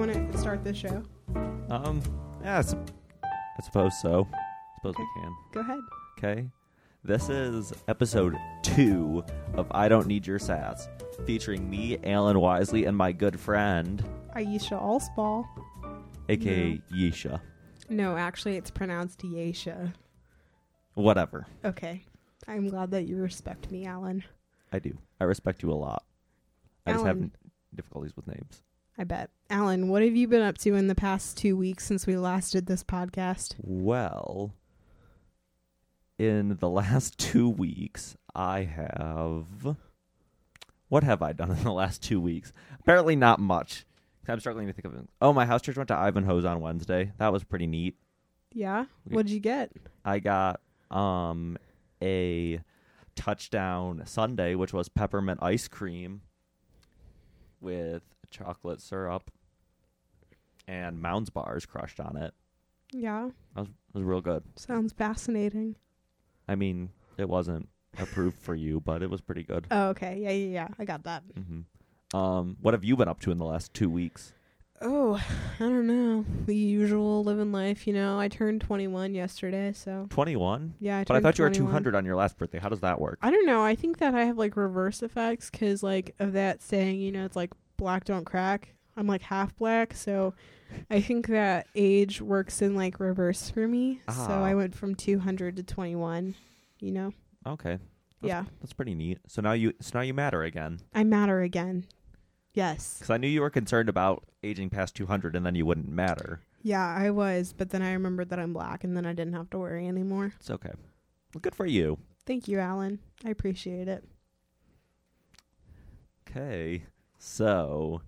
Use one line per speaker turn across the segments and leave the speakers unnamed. the show?
Um, yeah, I, sup- I suppose so. I suppose we can.
Go ahead.
Okay. This is episode two of I Don't Need Your Sass, featuring me, Alan Wisely, and my good friend,
Aisha Allsball.
aka Yesha.
No, actually, it's pronounced Yesha.
Whatever.
Okay. I'm glad that you respect me, Alan.
I do. I respect you a lot. I just
Alan.
have difficulties with names.
I bet. Alan, what have you been up to in the past two weeks since we last did this podcast?
Well, in the last two weeks, I have. What have I done in the last two weeks? Apparently, not much. I'm struggling to think of it. Oh, my house church went to Ivanhoe's on Wednesday. That was pretty neat.
Yeah?
We-
What'd you get?
I got um a touchdown Sunday, which was peppermint ice cream with chocolate syrup and Mounds bars crushed on it.
Yeah.
It was real good.
Sounds fascinating.
I mean, it wasn't approved for you, but it was pretty good.
Oh, okay. Yeah, yeah, yeah. I got that.
hmm Um, what have you been up to in the last two weeks?
Oh, I don't know. The usual living life, you know. I turned 21 yesterday, so
Twenty-one.
yeah. I
But I
turned
thought you were
21.
200 on your last birthday. How does that work?
I don't know. I think that I have like reverse effects because like of that saying, you know, it's like black don't crack. I'm like half black, so I think that age works in like reverse for me. So
Ah.
I went from 200 to 21. You know,
Okay,
yeah,
that's pretty neat. So now you, so now you matter again.
I matter again. Yes,
Because I knew you were concerned about aging past 200 and then you wouldn't matter.
yeah, I was, but then I remembered that I'm black, and then I didn't have to worry anymore.
It's okay. Well, good for you.
Thank you, Alan. I appreciate it.
Okay. So,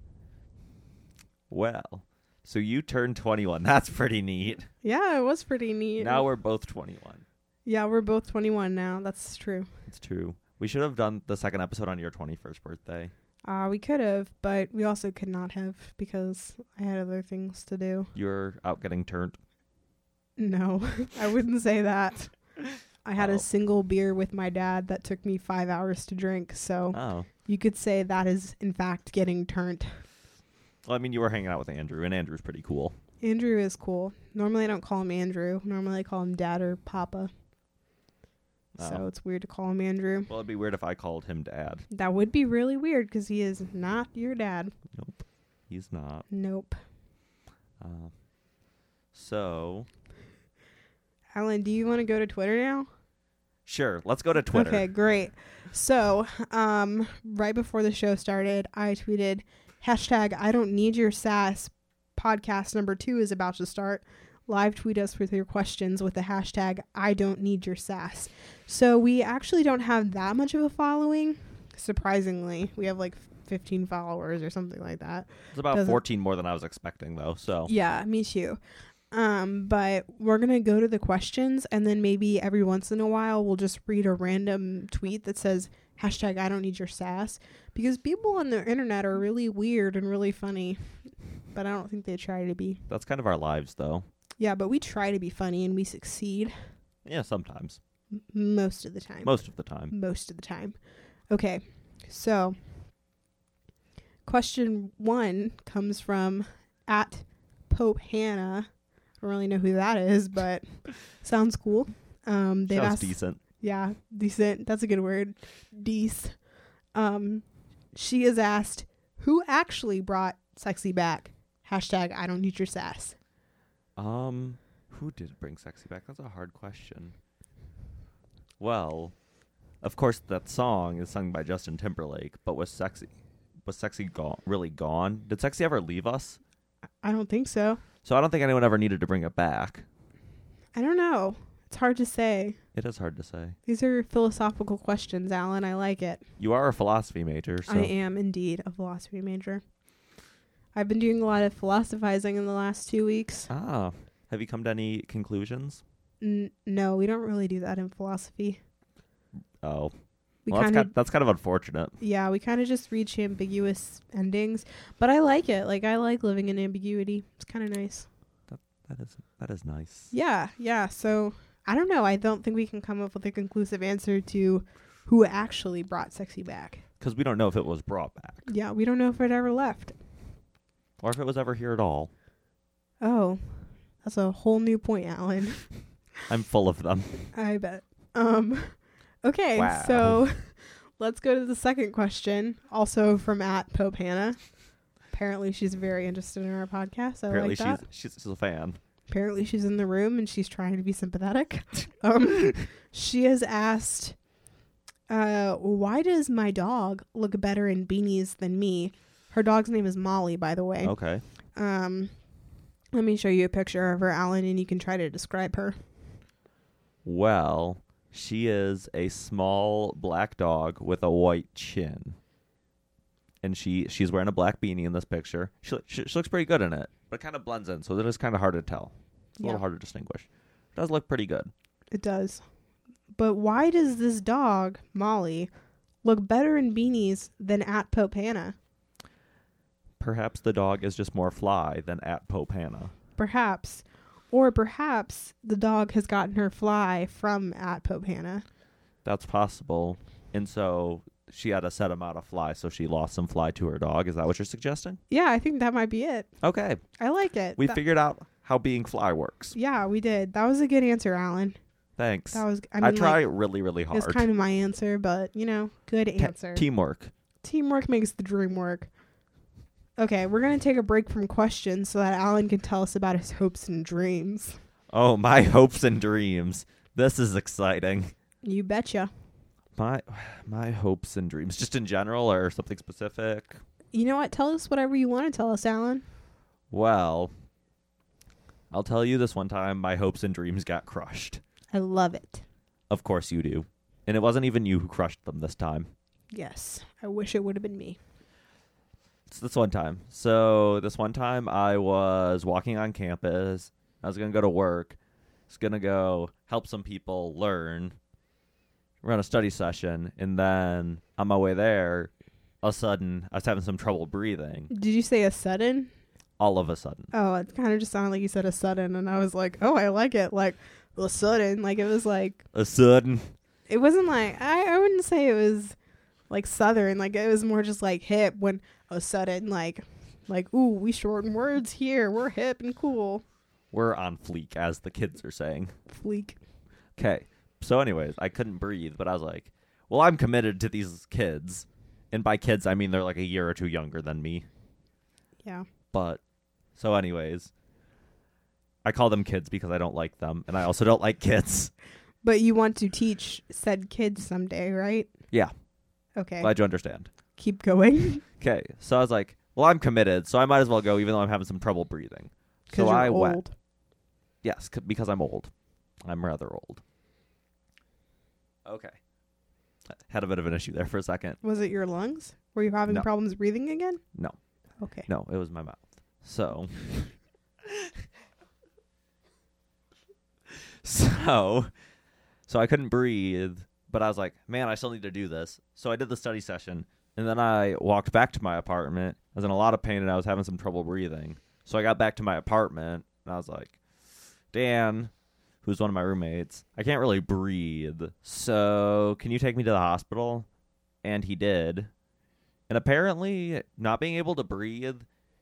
well, so you turned 21. That's pretty neat.
Yeah, it was pretty neat.
Now we're both 21.
yeah, we're both 21 now. That's true.
It's true. We should have done the second episode on your 21st birthday.
Uh, we could have, but we also could not have because I had other things to do.
You're out getting turned.
No, I wouldn't say that. I had
Oh.
a single beer with my dad that took me five hours to drink, so
Oh.
you could say that is, in fact, getting turned.
Well, I mean, you were hanging out with Andrew, and Andrew's pretty cool.
Andrew is cool. Normally, I don't call him Andrew. Normally, I call him Dad or Papa. So
Oh.
it's weird to call him Andrew.
Well, it'd be weird if I called him dad.
That would be really weird because he is not your dad.
Nope. He's not.
Nope.
Uh, so,
Alan, do you want to go to Twitter now?
sure. Let's go to Twitter.
Okay, great. So, um, right before the show started, I tweeted hashtag I don't need your sass. Podcast number two is about to start. Live tweet us with your questions with the hashtag I don't need your sass. So we actually don't have that much of a following. Surprisingly, we have like 15 followers or something like that.
It's about
Doesn't-
14 more than I was expecting, though. So
Yeah, me too. Um, but we're gonna go to the questions, and then maybe every once in a while we'll just read a random tweet that says hashtag I don't need your sass because people on the internet are really weird and really funny, but I don't think they try to be.
that's kind of our lives, though.
Yeah, but we try to be funny and we succeed
Yeah, sometimes.
m- most of the time.
Most of the time.
most of the time. Okay, so question one comes from at Pope Hannah. I don't really know who that is, but sounds cool. Um, they've
Sounds
asked,
decent.
yeah, decent. That's a good word, dece. Um, she has asked, who actually brought sexy back? Hashtag I don't need your sass.
Um, who did bring sexy back? That's a hard question. Well, of course, that song is sung by Justin Timberlake, but was sexy was sexy gone? Really gone? Did sexy ever leave us?
I don't think so.
So I don't think anyone ever needed to bring it back.
I don't know. It's hard to say.
It is hard to say.
These are philosophical questions, Alan. I like it.
You are a philosophy major, so
I am indeed a philosophy major. I've been doing a lot of philosophizing in the last two weeks.
ah, have you come to any conclusions?
N- no, we don't really do that in philosophy.
Oh,
We
well, that's
kind of,
kind, that's kind of unfortunate.
yeah, we kind of just reach ambiguous endings. But I like it. Like I like living in ambiguity. It's kind of nice.
That is that is nice.
Yeah, yeah. So I don't know. I don't think we can come up with a conclusive answer to who actually brought sexy back.
because we don't know if it was brought back
Yeah, we don't know if it ever left.
or if it was ever here at all.
Oh, that's a whole new point, Alan.
I'm full of them.
I bet. Um, okay,
Wow.
so let's go to the second question, also from at Pope Hannah. Apparently, she's very interested in our podcast. I
Apparently
like that.
she's, she's she's a fan.
Apparently, she's in the room and she's trying to be sympathetic. um, she has asked, uh, "Why does my dog look better in beanies than me?" Her dog's name is Molly, by the way.
Okay.
Um, let me show you a picture of her, Alan, and you can try to describe her.
Well, she is a small black dog with a white chin, and she she's wearing a black beanie in this picture. She lo- she, she looks pretty good in it, but it kind of blends in, so that is kind of hard to tell. It's a
Yeah.
little hard to distinguish. It does look pretty good.
It does. But why does this dog, Molly, look better in beanies than at Pope Hannah?
Perhaps the dog is just more fly than at Pope Hannah.
Perhaps. Or perhaps the dog has gotten her fly from at Pope Hannah.
That's possible. And so she had a set amount of fly, so she lost some fly to her dog. Is that what you're suggesting?
Yeah, I think that might be it.
Okay.
I like it.
We
That-
figured out how being fly works.
yeah, we did. That was a good answer, Alan.
Thanks.
That
I,
was. I mean,
try
Like,
really, really hard.
it's kind of my answer, but you know, good
Te-
answer.
Teamwork.
Teamwork makes the dream work. Okay, we're gonna take a break from questions so that Alan can tell us about his hopes and dreams.
Oh, my hopes and dreams. This is exciting.
You betcha.
My my hopes and dreams, just in general or something specific.
You know what? Tell us whatever you want to tell us, Alan.
Well, I'll tell you this one time my hopes and dreams got crushed.
I love it.
Of course you do. And it wasn't even you who crushed them this time.
Yes, I wish it would have been me.
So this one time. So this one time I was walking on campus. I was gonna go to work. I was gonna go help some people learn. Run a study session, and then on my way there, all of a sudden I was having some trouble breathing.
Did you say a sudden?
All of a sudden,
Oh, it kind of just sounded like you said a sudden, and I was like, oh, I like it. Like a sudden, like it was like
a sudden.
it wasn't like I, I wouldn't say it was like southern. Like it was more just like hip when a sudden like like ooh we shorten words here. We're hip and cool.
We're on fleek, as the kids are saying.
Fleek.
Okay. So, anyways, I couldn't breathe, but I was like, well, I'm committed to these kids. And by kids, I mean they're like a year or two younger than me.
Yeah.
But so, anyways, I call them kids because I don't like them, and I also don't like kids.
But you want to teach said kids someday, right?
Yeah,
Okay.
glad you understand.
Keep going.
Okay, so I was like, well, I'm committed, so I might as well go, even though I'm having some trouble breathing. So
you're
I
old.
went. Yes, c- because I'm old. I'm rather old. Okay, had a bit of an issue there for a second.
Was it your lungs? Were you having
No.
problems breathing again?
No.
Okay.
No, it was my mouth. So. so. So I couldn't breathe, but I was like, man, I still need to do this. So I did the study session, and then I walked back to my apartment. I was in a lot of pain and I was having some trouble breathing. So I got back to my apartment, and I was like, Dan, who's one of my roommates, I can't really breathe. So can you take me to the hospital? And he did. And apparently, not being able to breathe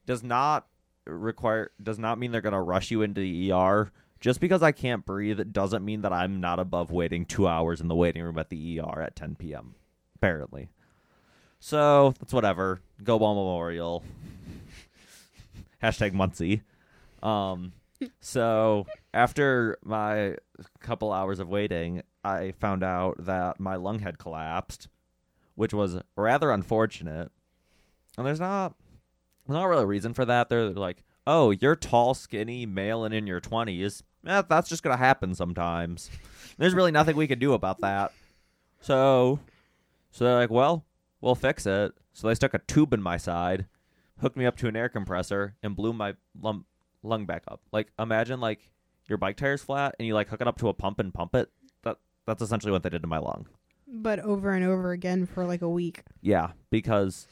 does not require does not mean they're going to rush you into the ER. Just because I can't breathe doesn't mean that I'm not above waiting 2 hours in the waiting room at the ER at 10 p.m. apparently. So, that's whatever. Go Ball Memorial. Hashtag Muncie. Um, so, after my couple hours of waiting, I found out that my lung had collapsed which was rather unfortunate. And there's not there's not really a reason for that. They're like, oh, you're tall, skinny, male, and in your twenties. Eh, that's just gonna happen sometimes. There's really nothing we can do about that. So, so they're like, well, we'll fix it. So they stuck a tube in my side, hooked me up to an air compressor, and blew my lung lung back up. Like, imagine like your bike tire's flat and you like hook it up to a pump and pump it. That that's essentially what they did to my lung.
But over and over again for like a week.
Yeah, because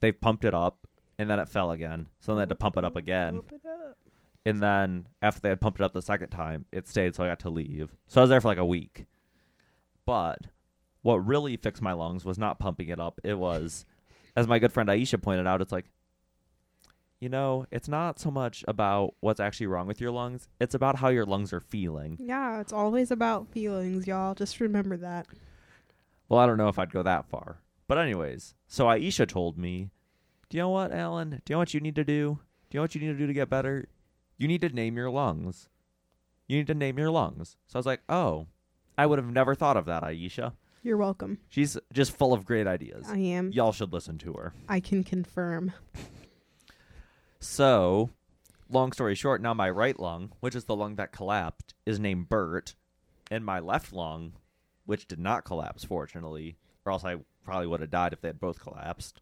they pumped it up and then it fell again. So then they had to pump it up again.
Open up.
And then after they had pumped it up the second time, it stayed, so I got to leave. So I was there for like a week. But what really fixed my lungs was not pumping it up. It was, as my good friend Aisha pointed out, it's like, you know, it's not so much about what's actually wrong with your lungs, it's about how your lungs are feeling.
Yeah, it's always about feelings, y'all. Just remember that.
Well, I don't know if I'd go that far. But, anyways, so Aisha told me, Do you know what, Alan? Do you know what you need to do? Do you know what you need to do to get better? You need to name your lungs. You need to name your lungs. So I was like, Oh, I would have never thought of that, Aisha.
You're welcome.
She's just full of great ideas.
I am.
Y'all should listen to her.
I can confirm.
So, long story short, now my right lung, which is the lung that collapsed, is named Bert, and my left lung, which did not collapse, fortunately, or else I probably would have died if they had both collapsed,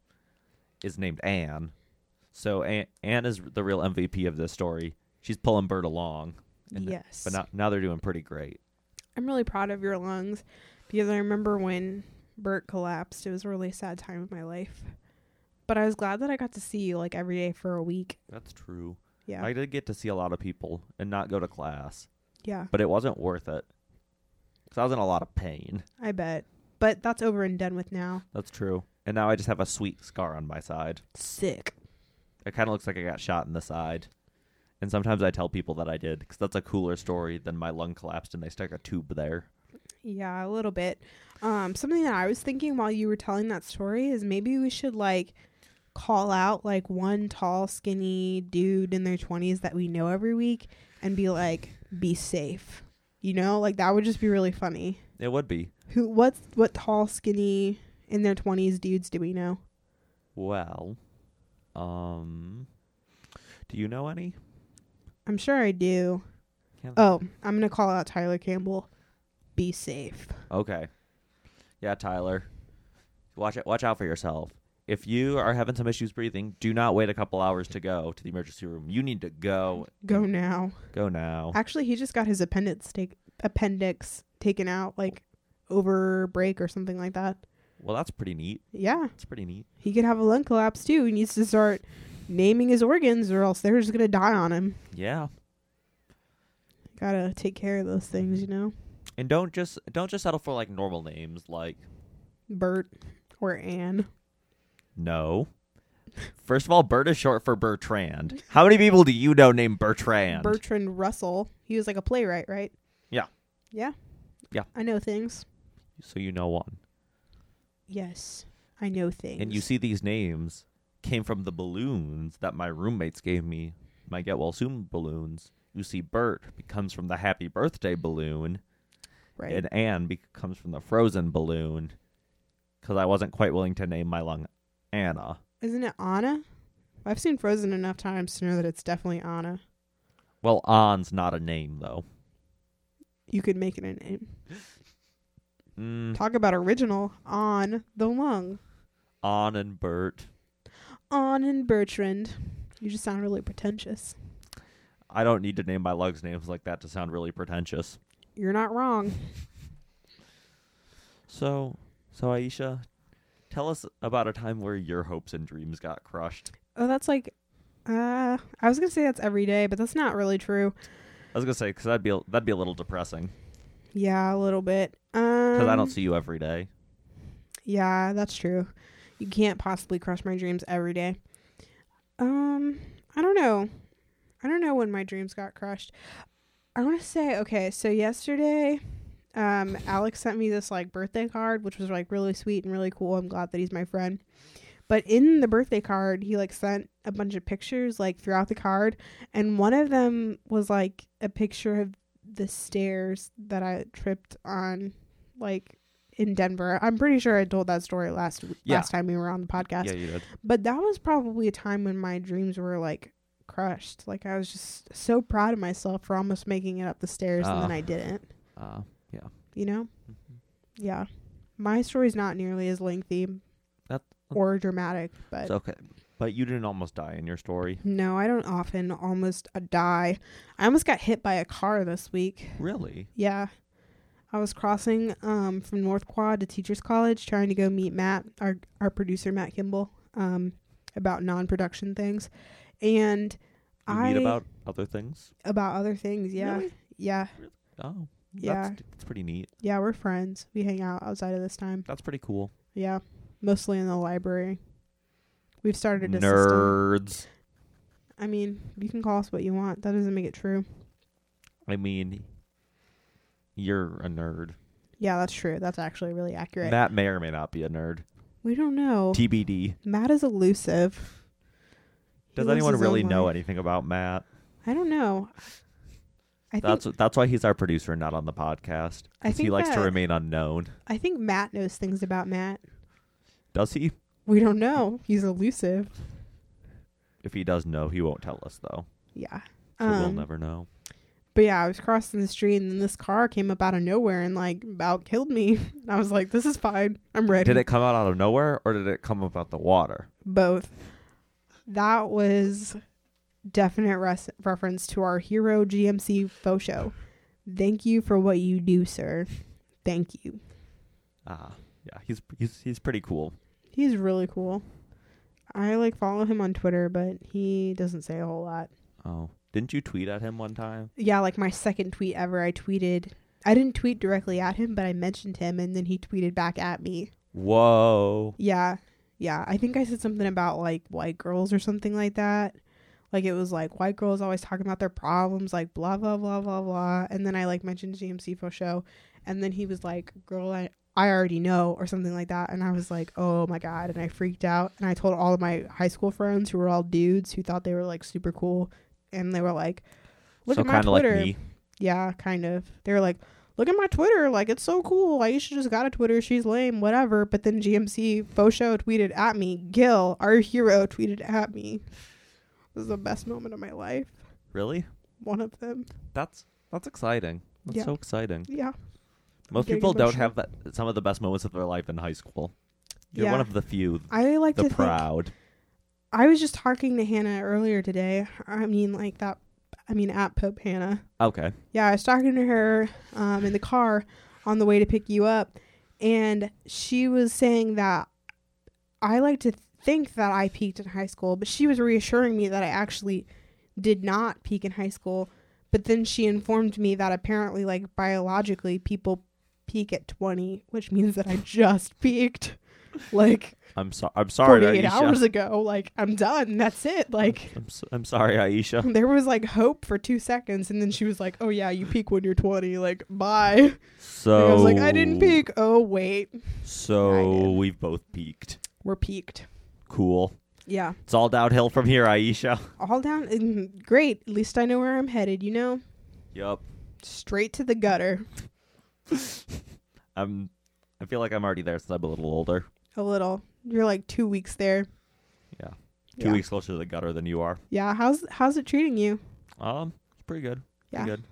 is named Anne. So Anne, Anne is the real MVP of this story. She's pulling Bert along, And-
yes.
but now, now they're doing pretty great.
I'm really proud of your lungs because I remember when Bert collapsed. It was a really sad time of my life. But I was glad that I got to see you like every day for a week.
That's true.
Yeah.
I did get to see a lot of people and not go to class,
yeah.
but it wasn't worth it because I was in a lot of pain.
I bet. But that's over and done with now.
That's true. And now I just have a sweet scar on my side.
Sick.
it kind of looks like I got shot in the side. And sometimes I tell people that I did because that's a cooler story than my lung collapsed and they stuck a tube there.
Yeah, a little bit. Um, something that I was thinking while you were telling that story is maybe we should like call out like one tall, skinny dude in their twenties that we know every week and be like, "Be safe," you know, like that would just be really funny.
It would be.
Who? What's what tall, skinny in their twenties dudes do we know?
Well, um, do you know any?
I'm sure I do.
Can't-
Oh, I'm gonna call out Tyler Campbell. Be safe.
Okay. Yeah, Tyler. Watch it. Watch out for yourself. If you are having some issues breathing, do not wait a couple hours to go to the emergency room. You need to go.
Go now.
Go now.
Actually, he just got his appendix take, appendix taken out like over break or something like that.
Well, that's pretty neat.
Yeah,
That's pretty neat.
he could have a lung collapse too. He needs to start naming his organs, or else they're just gonna die on him.
Yeah.
Gotta take care of those things, you know.
And don't just don't just settle for like normal names like
Bert or Anne.
No. First of all, Bert is short for Bertrand. How many people do you know named Bertrand?
Bertrand Russell. He was like a playwright, right?
Yeah.
Yeah.
Yeah.
I know things.
so you know one.
Yes, I know things.
And you see these names came from the balloons that my roommates gave me, my get well soon balloons. You see Bert comes from the happy birthday balloon,
right?
and Anne be- comes from the frozen balloon because I wasn't quite willing to name my lung Anna.
Isn't it Anna? I've seen Frozen enough times to know that it's definitely Anna.
Well, An's not a name, though.
You could make it a name.
Mm,
Talk about original on the lung.
An and Bert.
On and Bertrand. You just sound really pretentious.
I don't need to name my lungs names like that to sound really pretentious.
You're not wrong.
So, so Aisha, tell us about a time where your hopes and dreams got crushed.
Oh, that's like, uh, I was gonna say that's every day, but that's not really true.
I was gonna say because that'd be a- that'd be a little depressing
Yeah, a little bit. Um,
because I don't see you every day.
Yeah, that's true. You can't possibly crush my dreams every day. Um, I don't know. I don't know when my dreams got crushed. I want to say okay, so yesterday um Alex sent me this like birthday card which was like really sweet and really cool. I'm glad that he's my friend. But in the birthday card, he like sent a bunch of pictures like throughout the card and one of them was like a picture of the stairs that I tripped on like in Denver. I'm pretty sure I told that story last
Yeah.
last time we were on the podcast.
Yeah, you did.
But that was probably a time when my dreams were like crushed. Like I was just so proud of myself for almost making it up the stairs and then
Ah.
I didn't,
Uh,
you know?
Mm-hmm.
Yeah. My story's not nearly as lengthy
That-
or dramatic, but
it's okay, but you didn't almost die in your story.
no, I don't often almost uh, die. I almost got hit by a car this week.
Really?
Yeah. I was crossing um, from North Quad to Teachers College trying to go meet Matt, our, our producer, Matt Kimball, um, about non production things. And
You
I.
meet about other things.
about other things. Yeah.
Really?
Yeah.
Oh,
Yeah.
That's, that's pretty neat.
Yeah. We're friends. We hang out outside of this time.
That's pretty cool.
Yeah. Mostly in the library. We've started a system.
Nerds.
I mean, you can call us what you want. That doesn't make it true.
I mean, you're a nerd.
Yeah, that's true. That's actually really accurate.
Matt may or may not be a nerd.
we don't know.
TBD.
Matt is elusive. He
Does
lives
anyone
his
really
own
know
life.
anything about Matt?
I don't know. I think
That's that's why he's our producer, and not on the podcast.
I
'cause he
think
likes to
that-
remain unknown.
I think Matt knows things about Matt.
Does he?
We don't know. He's elusive.
If he does know, he won't tell us though.
Yeah.
So we'll
Um,
never know.
But yeah, I was crossing the street and then this car came up out of nowhere and like about killed me. And I was like, this is fine. I'm ready.
Did it come out out of nowhere, or did it come up out the water?
Both. That was definite res- reference to our hero GMC faux show. Thank you for what you do, sir. Thank you.
Ah, yeah. He's he's he's pretty cool.
He's really cool. I like follow him on Twitter, but he doesn't say a whole lot.
Oh, didn't you tweet at him one time?
yeah, like my second tweet ever, I tweeted. I didn't tweet directly at him, but I mentioned him, and then he tweeted back at me.
Whoa.
Yeah, yeah. I think I said something about like white girls or something like that. Like it was like white girls always talking about their problems, like blah blah blah blah blah. And then I like mentioned GMC for show, and then he was like, "Girl, I I already know" or something like that. And I was like, "Oh my god!" And I freaked out, and I told all of my high school friends who were all dudes who thought they were like super cool, and they were like, "Look
so
at my
kinda like
Twitter."
me.
Yeah, kind of. They were like, look at my Twitter. Like, it's so cool. Aisha just got a Twitter. She's lame, whatever. But then GMC Fosho tweeted at me. Gil, our hero, tweeted at me. This is the best moment of my life.
Really?
One of them.
That's that's exciting. That's
Yeah.
so exciting.
Yeah.
Most
getting
people don't
emotional.
have that some of the best moments of their life in high school. You're one
Yeah.
of the few,
I like
the
to think.
proud.
I was just talking to Hannah earlier today. I mean, like that. I mean, at Pope Hannah.
Okay.
yeah, I was talking to her um, in the car on the way to pick you up, and she was saying that I like to think that I peaked in high school, but she was reassuring me that I actually did not peak in high school. But then she informed me that apparently, like biologically, people peak at 20, which means that I just peaked like
I'm sorry. I'm sorry,
48
Aisha.
hours ago. Like, I'm done. That's it. Like,
I'm, s am sorry, Aisha.
there was like hope for two seconds, and then she was like, "Oh yeah, you peak when you're 20. Like, bye." And
So
I was like, "I didn't peak. Oh wait, I
So
did.
we've both peaked.
we're peaked."
Cool.
Yeah,
It's all downhill from here, Aisha.
all down. mm, Great. At least I know where I'm headed. You know,
Yup.
straight to the gutter.
I'm. I feel like I'm already there since I'm a little older.
A little. You're like two weeks there.
Yeah. Two
Yeah.
weeks closer to the gutter than you are.
Yeah. How's how's it treating you?
Um, it's pretty good.
Yeah.
Pretty good.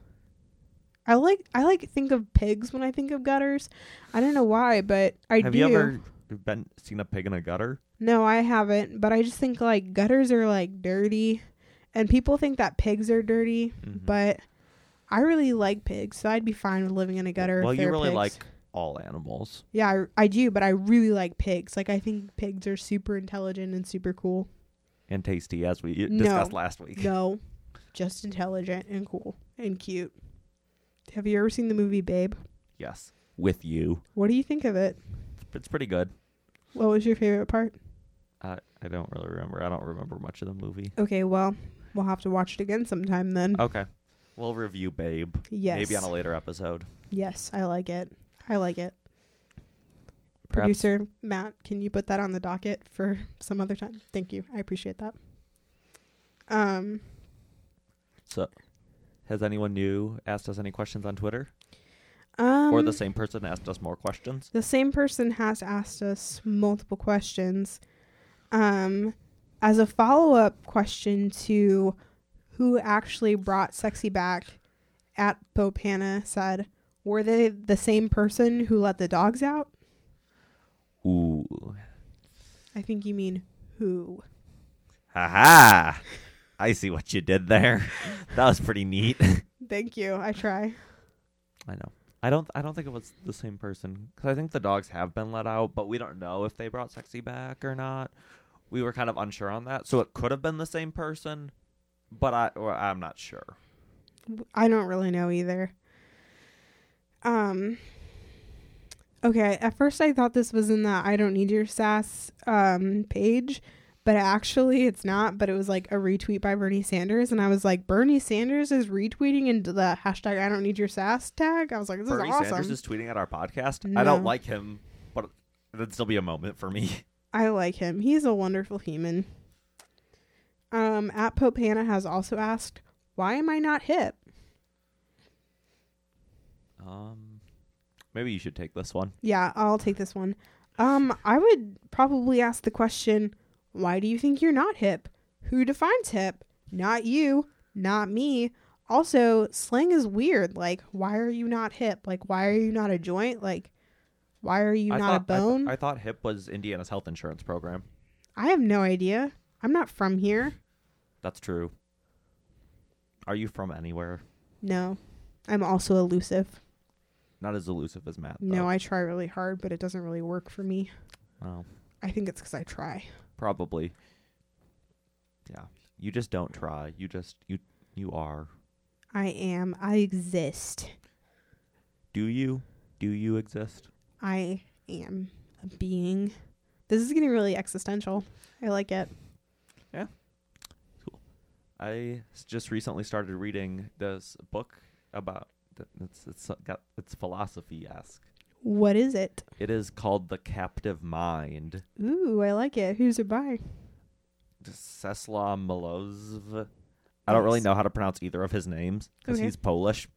I like I like think of pigs when I think of gutters. I don't know why, but I
Have
do.
you ever been seen a pig in a gutter?
No, I haven't, but I just think like gutters are like dirty, and people think that pigs are dirty.
Mhm.
Mm-hmm. but I really like pigs, so I'd be fine with living in a gutter.
well,
if
you
there were
really
pigs.
like all animals.
yeah, I, I do, but I really like pigs. Like, I think pigs are super intelligent and super cool.
and tasty as we
No.
discussed last week.
No, just intelligent and cool and cute. Have you ever seen the movie Babe?
Yes, with you.
What do you think of it?
It's pretty good.
What was your favorite part?
I I don't really remember. I don't remember much of the movie.
Okay, well, we'll have to watch it again sometime then.
Okay, we'll review Babe.
yes,
Oh, Maybe on a later episode.
yes, I like it. I like it.
Perhaps-
Producer Matt, can you put that on the docket for some other time? Thank you. I appreciate that. Um,
So, has anyone new asked us any questions on Twitter,
um
or the same person asked us more questions?
the same person has asked us multiple questions. Um, as a follow up question to who actually brought sexy back, at Pope Hannah said, "Were they the same person who let the dogs out?"
Ooh,
I think you mean who.
ha ha! I see what you did there. that was pretty neat.
Thank you. I try.
I know. I don't. I don't think it was the same person because I think the dogs have been let out, but we don't know if they brought Sexy back or not. We were kind of unsure on that, so it could have been the same person, but I or I'm not sure.
I don't really know either. Um okay, at first I thought this was in the I don't need your sass um page, but actually it's not. But it was like a retweet by Bernie Sanders, and I was like, Bernie Sanders is retweeting into the hashtag I don't need your sass tag. I was like, this
Bernie
is awesome.
Sanders is tweeting at our podcast. I don't
No.
like him, but that'd still be a moment for me.
I like him. He's a wonderful human. Um, at Pope Hannah has also asked, why am I not hip?
Um, maybe you should take this one.
Yeah, I'll take this one. Um, I would probably ask the question, why do you think you're not hip? Who defines hip? Not you, not me. Also, slang is weird. Like, why are you not hip? Like, why are you not a joint? Like, why are you
I
not
thought-
a
I th-
bone?
I, thought HIP was Indiana's health insurance program.
I have no idea. I'm not from here.
That's true. Are you from anywhere?
No. I'm also elusive.
Not as elusive as Matt.
No, I try really hard, but it doesn't really work for me.
I. Oh,
I think it's because I try.
probably. Yeah, you just don't try. You just you you are.
I am. I exist.
Do you? Do you exist?
I am a being. This is getting really existential. I like it.
I s- just recently started reading this book about th- it's it's got it's philosophy esque.
What is it?
It is called The Captive Mind.
Ooh, I like it. Who's it by?
Czeslaw Milosz. I don't really
Nice.
know how to pronounce either of his names because
Okay.
he's Polish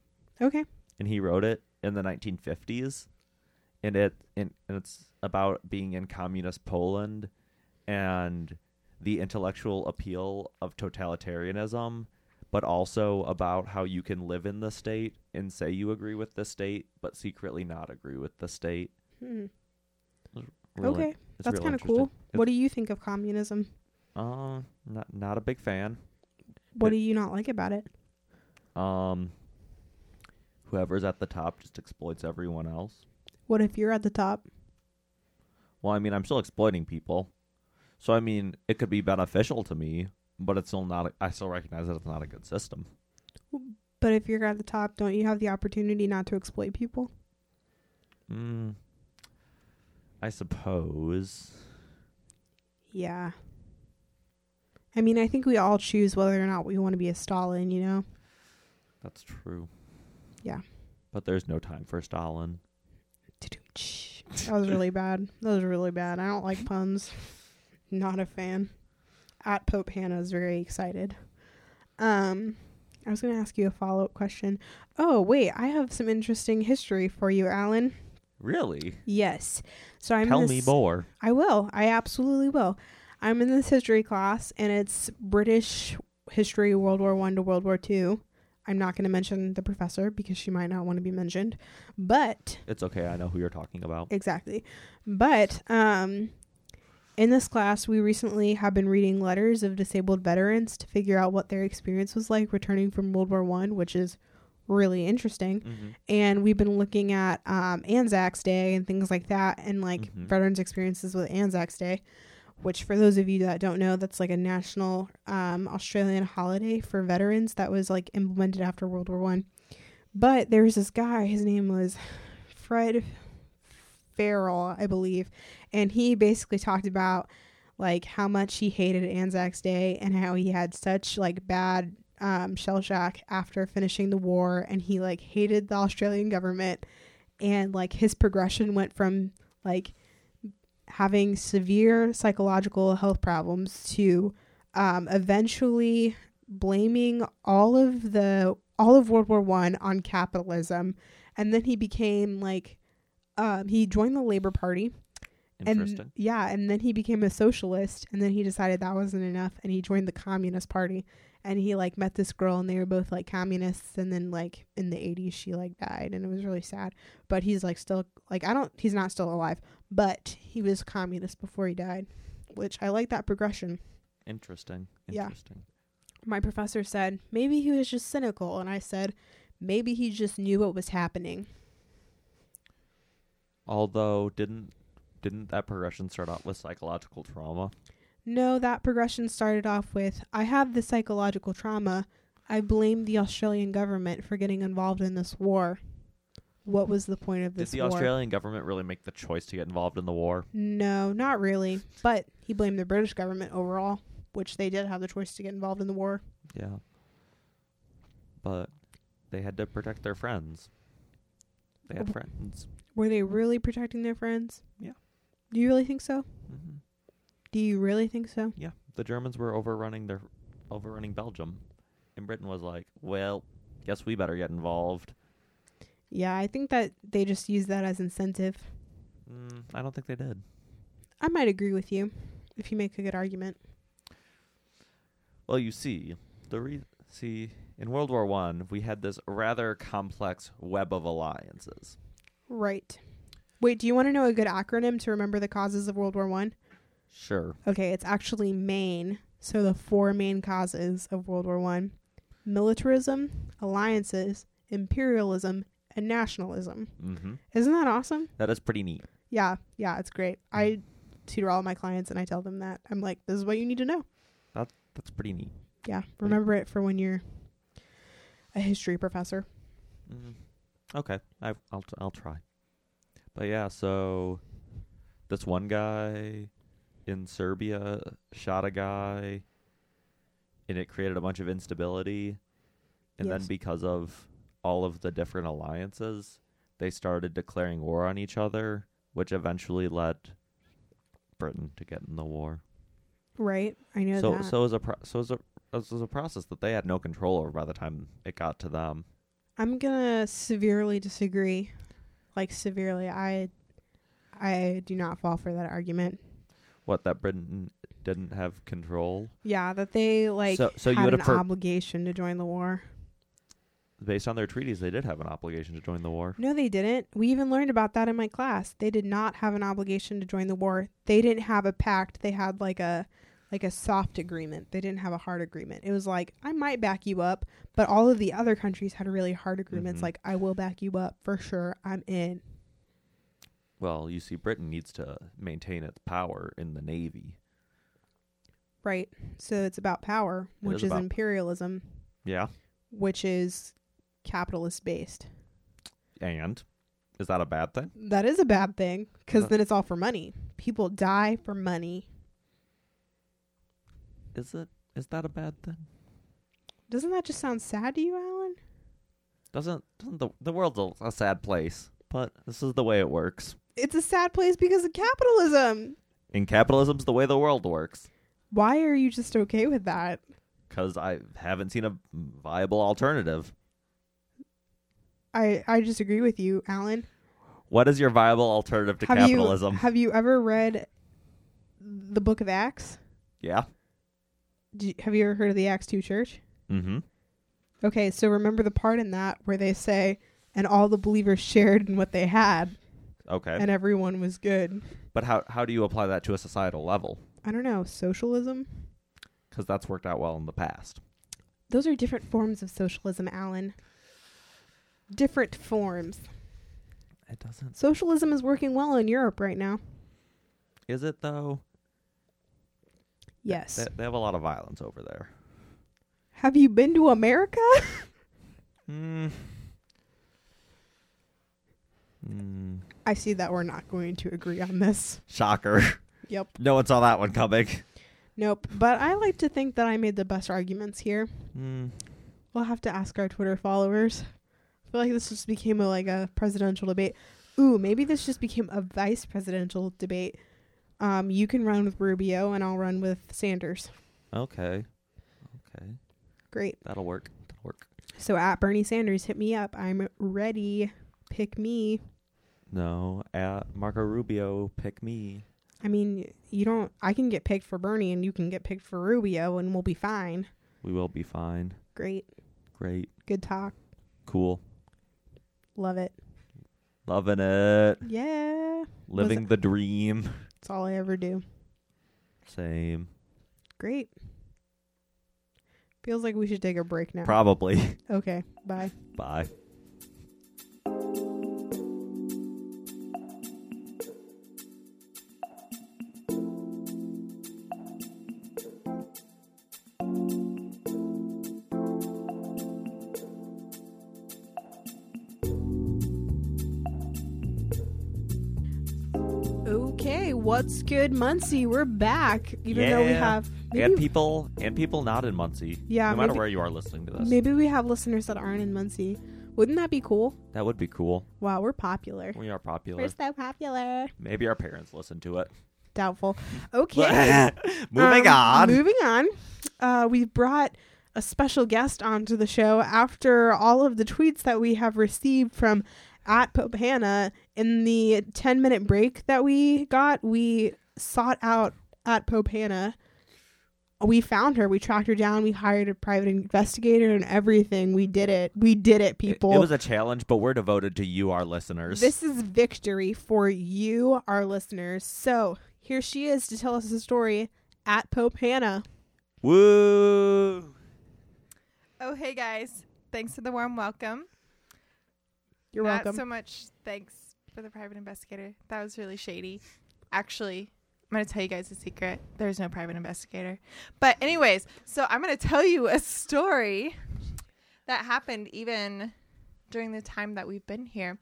Okay.
and he wrote it in the 1950s, and it and, and it's about being in communist Poland and the intellectual appeal of totalitarianism, but also about how you can live in the state and say you agree with the state, but secretly not agree with the state.
Hmm.
Really-
okay.
it's
That's
real
kind of cool.
interesting.
What do you think of communism?
Uh, not not a big fan.
What
it-
do you not like about it?
Um, whoever's at the top just exploits everyone else.
What if you're at the top?
Well, I mean, I'm still exploiting people, so I mean, it could be beneficial to me, but it's still not. I still recognize that it's not a good system.
But if you're at the top, don't you have the opportunity not to exploit people?
Mm, I suppose.
Yeah. I mean, I think we all choose whether or not we want to be a Stalin, you know?
That's true.
Yeah.
But there's no time for Stalin.
That was really bad. That was really bad. I don't like puns. Not a fan. At Pope Hannah is very excited. Um, I was going to ask you a follow up question. Oh, wait. I have some interesting history for you, Alan.
Really?
Yes. So I'm
Tell
this,
me more.
I will. I absolutely will. I'm in this history class, and it's British history, World War One to World War Two. I'm not going to mention the professor because she might not want to be mentioned, but
It's okay. I know who you're talking about.
exactly. But um, in this class, we recently have been reading letters of disabled veterans to figure out what their experience was like returning from World War One, which is really interesting
Mhm.
and we've been looking at um, Anzac's Day and things like that, and like
Mhm.
veterans' experiences with Anzac's Day, which for those of you that don't know, that's like a national um, Australian holiday for veterans that was like implemented after World War One. But there was this guy, his name was Fred Farrell, I believe, and he basically talked about like how much he hated Anzac's Day and how he had such like bad um, shell shock after finishing the war and he like hated the australian government and like his progression went from like having severe psychological health problems to um, eventually blaming all of the all of world war one on capitalism and then he became like um, he joined the labor party
Interesting.
and yeah, and then he became a socialist, and then he decided that wasn't enough, and he joined the communist party. And he like met this girl, and they were both like communists. And then like in the eighties, she like died, and it was really sad. But he's like still like I don't he's not still alive, but he was communist before he died, which I like that progression.
Interesting.
Yeah.
Interesting.
My professor said maybe he was just cynical, and I said maybe he just knew what was happening.
Although, didn't didn't that progression start out with psychological trauma?
No, that progression started off with I have the psychological trauma. I blame the Australian government for getting involved in this war. what was the point of
Did
this
the
war?
Australian government really make the choice to get involved in the war?
No, not really. But he blamed the British government overall, which they did have the choice to get involved in the war.
Yeah. But they had to protect their friends. They had
Oh.
friends.
Were they really protecting their friends?
Yeah.
Do you really think so?
hmm
Do you really think so?
Yeah, the Germans were overrunning their overrunning Belgium, and Britain was like, "Well, guess we better get involved."
Yeah, I think that they just used that as incentive.
Mm, I don't think they did.
I might agree with you if you make a good argument.
Well, you see, the re- see in World War One, we had this rather complex web of alliances.
Right. Wait, do you want to know a good acronym to remember the causes of World War One?
Sure.
Okay, it's actually MAIN. So the four main causes of World War One: militarism, alliances, imperialism, and nationalism.
Mm-hmm.
Isn't that awesome?
That is pretty neat.
Yeah, yeah, it's great. I tutor all my clients and I tell them that. I'm like, this is what you need to know.
That's pretty neat.
Yeah, remember it for when you're a history professor.
Mm. Okay, I, I'll t- I'll try. But yeah, so this one guy in Serbia shot a guy, and it created a bunch of instability. And
Yes.
then because of all of the different alliances, they started declaring war on each other, which eventually led Britain to get in the war.
Right? I know
so
that.
so it was a pro- so it was a it was a process that they had no control over by the time it got to them.
I'm gonna severely disagree. Like severely. I I do not fall for that argument.
What that Britain didn't have control
Yeah, that they like
So- so you
had
would
an
have per-
obligation to join the war.
based on their treaties, they did have an obligation to join the war.
No, they didn't. We even learned about that in my class. They did not have an obligation to join the war. They didn't have a pact. They had like a like a soft agreement. They didn't have a hard agreement. It was like, I might back you up, but all of the other countries had really hard agreements
Mhm.
like I will back you up for sure. I'm in.
Well, you see, Britain needs to maintain its power in the navy.
Right. So it's about power,
It
which
is
is
about-
imperialism,
Yeah,
which is capitalist based.
and is that a bad thing?
That is a bad thing because
Uh,
then it's all for money. People die for money.
Is it? Is that a bad thing?
Doesn't that just sound sad to you, Alan?
Doesn't doesn't the the world's a, a sad place? But this is the way it works.
It's a sad place because of capitalism.
And capitalism's the way the world works.
Why are you just okay with that?
Because I haven't seen a viable alternative.
I, I just agree with you, Alan.
What is your viable alternative to
have
capitalism?
you have you ever read the Book of Acts?
yeah.
Do you, have you ever heard of the Acts two Church?
Mm-hmm.
Okay, so remember the part in that where they say, and all the believers shared in what they had,
Okay.
and everyone was good.
but how how do you apply that to a societal level?
I don't know, socialism?
Because that's worked out well in the past.
Those are different forms of socialism, Alan. Different forms.
It doesn't.
Socialism is working well in Europe right now.
Is it though?
Yes.
They, they have a lot of violence over there.
Have you been to America?
Mm. Mm.
I see that we're not going to agree on this.
Shocker.
Yep.
No one saw that one coming.
Nope. But I like to think that I made the best arguments here.
Mm.
We'll have to ask our Twitter followers. I feel like this just became a, like a presidential debate. Ooh, maybe this just became a vice presidential debate. Um, you can run with Rubio and I'll run with Sanders.
Okay. Okay.
Great.
That'll work. That'll work.
So at Bernie Sanders, hit me up. I'm ready. Pick me.
No, at Marco Rubio, pick me.
I mean, you don't. I can get picked for Bernie, and you can get picked for Rubio, and we'll be fine.
We will be fine.
Great.
Great.
Good talk.
Cool.
Love it.
Loving it.
Yeah.
Living the dream.
That's all I ever do.
Same.
Great. Feels like we should take a break now.
Probably.
okay. Bye.
Bye.
What's good, Muncie? We're back, even though we
Yeah.
have
and
maybe,
people and people not in Muncie.
Yeah,
no matter
maybe-
where you are listening to this,
maybe we have listeners that aren't in Muncie. Wouldn't that be cool?
that would be cool.
Wow, we're popular.
We are popular.
We're so popular.
Maybe our parents listen to it.
Doubtful. Okay.
Moving
Um,
on.
Moving on. Uh, we brought a special guest onto the show after all of the tweets that we have received from at Pope Hannah in the 10 minute break that we got. We sought out at Pope Hannah. We found her. We tracked her down. We hired a private investigator and everything. We did it. We did it,
It-
people.
It, was a challenge, but we're devoted to you, our listeners.
This is victory for you, our listeners. So here she is to tell us the story at Pope Hannah.
Woo!
Oh, hey guys. Thanks for the warm welcome.
You're
Not
welcome.
so much thanks for the private investigator. That was really shady. Actually, I'm going to tell you guys a secret. There's no private investigator. But, anyways, so I'm going to tell you a story that happened even during the time that we've been here.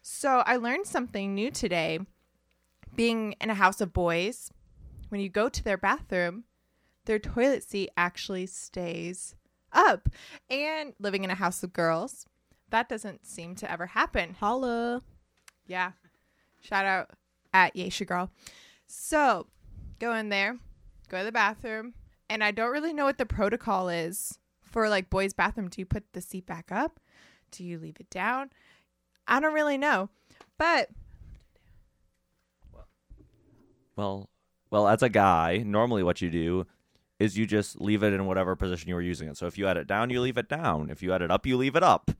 So, I learned something new today being in a house of boys. When you go to their bathroom, their toilet seat actually stays up. And living in a house of girls, that doesn't seem to ever happen.
Holla.
Yeah. Shout out at Yesha Girl. So go in there, go to the bathroom, and I don't really know what the protocol is for like boys' bathroom. Do you put the seat back up? Do you leave it down? I don't really know. But
Well, well, as a guy, normally what you do is you just leave it in whatever position you were using it. So if you had it down, you leave it down. If you had it up, you leave it up.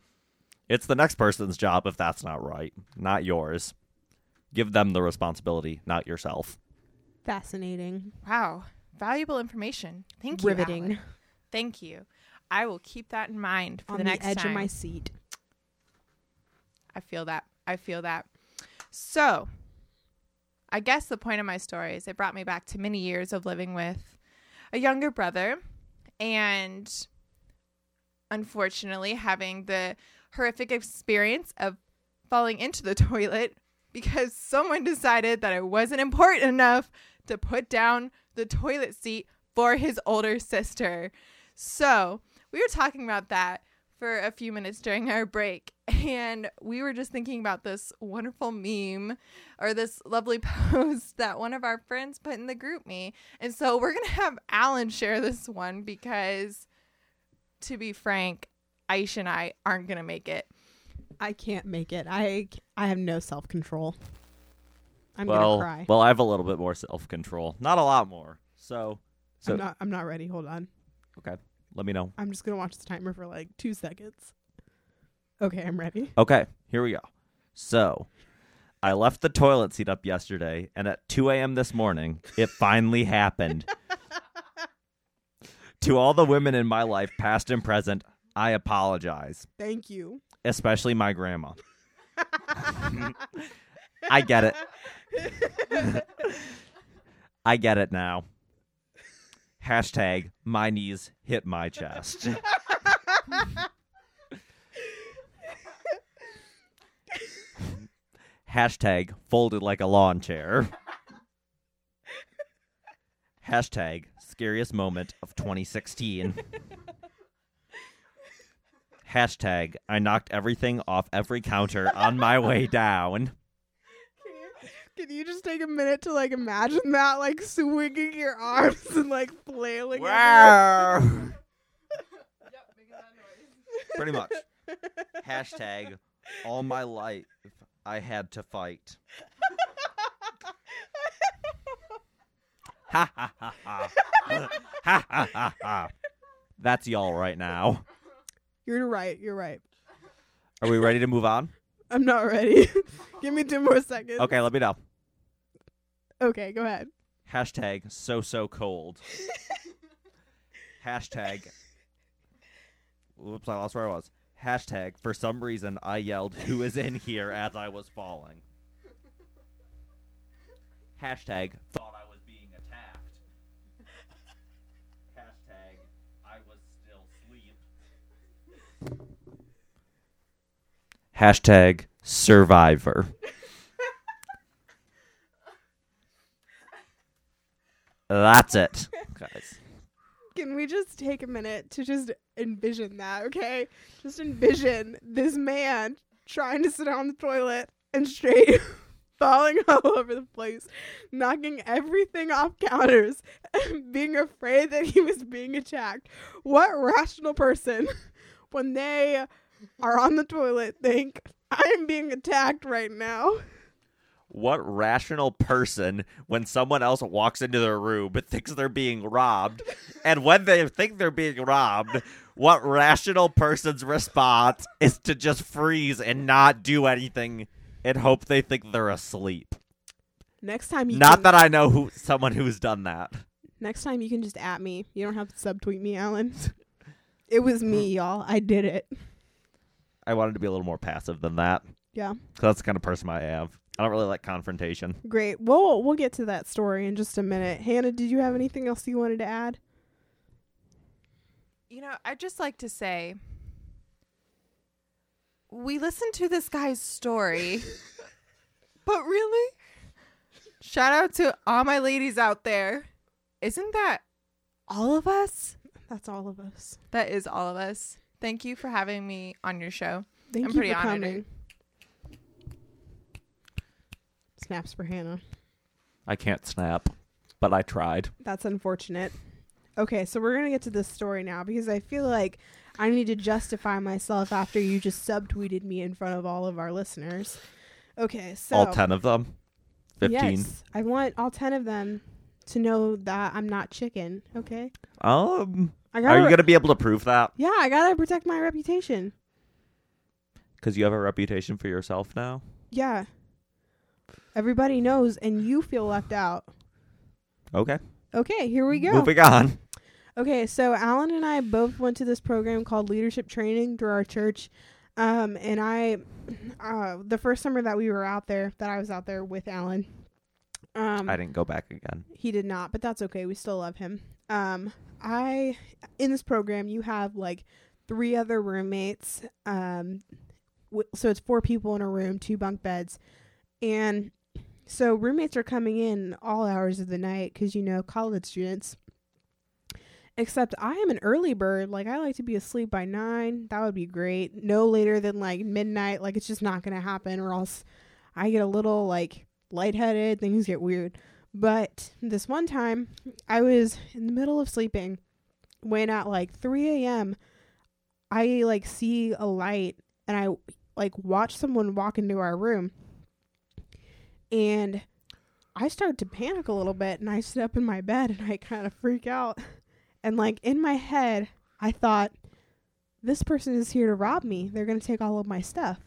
It's the next person's job if that's not right, not yours. Give them the responsibility, not yourself.
Fascinating.
wow, valuable information. Thank you.
Riveting.
Alan. Thank you. I will keep that in mind for
On
the
the,
next
edge
time.
of my seat.
I feel that. I feel that. So, I guess the point of my story is it brought me back to many years of living with a younger brother and unfortunately having the horrific experience of falling into the toilet because someone decided that I wasn't important enough to put down the toilet seat for his older sister. So, we were talking about that for a few minutes during our break and we were just thinking about this wonderful meme or this lovely post that one of our friends put in the group me and so we're gonna have alan share this one because to be frank aisha and i aren't gonna make it
I can't make it. I I have no self control. I'm
well,
gonna cry.
well, I have a little bit more self control, not a lot more. So, so
I'm not. I'm not ready. Hold on.
okay, let me know.
I'm just gonna watch the timer for like two seconds. Okay, I'm ready.
Okay, here we go. So, I left the toilet seat up yesterday, and at 2 a.m. this morning, it finally happened. to all the women in my life, past and present, I apologize,
Thank you.
especially my grandma. I get it. I get it now. Hashtag my knees hit my chest. Hashtag folded like a lawn chair. Hashtag scariest moment of 2016. Hashtag I knocked everything off every counter on my way down.
Can you, can you just take a minute to like imagine that, like swinging your arms and like flailing? everywhere?
Wow. Pretty much. Hashtag all my life I had to fight. ha ha ha ha. ha ha ha ha. That's y'all right now.
You're right. You're right.
Are we ready to move on?
I'm not ready. Give me two more seconds.
Okay, let me know.
Okay. Go ahead.
Hashtag so so cold. Hashtag. Whoops, I lost where I was. Hashtag for some reason I yelled who is in here as I was falling. Hashtag thought I was being attacked. Hashtag I was still asleep. Hashtag survivor. That's it, guys.
Can we just take a minute to just envision that, okay? Just envision this man trying to sit on the toilet and straight falling all over the place, knocking everything off counters, being afraid that he was being attacked. What rational person, when they are on the toilet, think, I'm being attacked right now?
What rational person, when someone else walks into their room, thinks they're being robbed, and when they think they're being robbed, what rational person's response is to just freeze and not do anything and hope they think they're asleep?
Next time you
Not
can,
that I know who someone who's done that.
next time you can just at me. You don't have to subtweet me, Alan. It was me, y'all. I did it.
I wanted to be a little more passive than that.
Yeah.
'Cause that's the kind of person I am. I don't really like confrontation.
Great. Well, we'll get to that story in just a minute. Hannah, did you have anything else you wanted to add?
You know, I'd just like to say we listened to this guy's story, but really, shout out to all my ladies out there. Isn't that all of us?
That's all of us.
That is all of us. Thank you for having me on your show.
Thank
I'm
you
pretty
for
honored.
coming. Snaps for Hannah.
I can't snap, but I tried.
That's unfortunate. Okay, so we're going to get to this story now because I feel like I need to justify myself after you just subtweeted me in front of all of our listeners. Okay, so
All 10 of them. 15.
Yes, I want all 10 of them to know that I'm not chicken, okay?
Um,
I
are
gotta,
you going to be able to prove that?
Yeah, I got to protect my reputation.
Because you have a reputation for yourself now?
Yeah. Everybody knows and you feel left out.
Okay.
Okay, here we go.
Moving on.
Okay, so Alan and I both went to this program called leadership training through our church. Um, and I, uh, the first summer that we were out there, that I was out there with Alan, um,
I didn't go back again.
he did not, but that's okay. We still love him. Um, I, in this program, you have like three other roommates. Um, w- so it's four people in a room, two bunk beds. And so roommates are coming in all hours of the night because, you know, college students. Except I am an early bird. Like, I like to be asleep by nine. That would be great. No later than like midnight. Like, it's just not going to happen, or else I get a little like lightheaded. Things get weird. But this one time, I was in the middle of sleeping when at like 3 a.m., I like see a light and I like watch someone walk into our room. And I started to panic a little bit and I sit up in my bed and I kind of freak out. And like in my head, I thought, this person is here to rob me. They're going to take all of my stuff.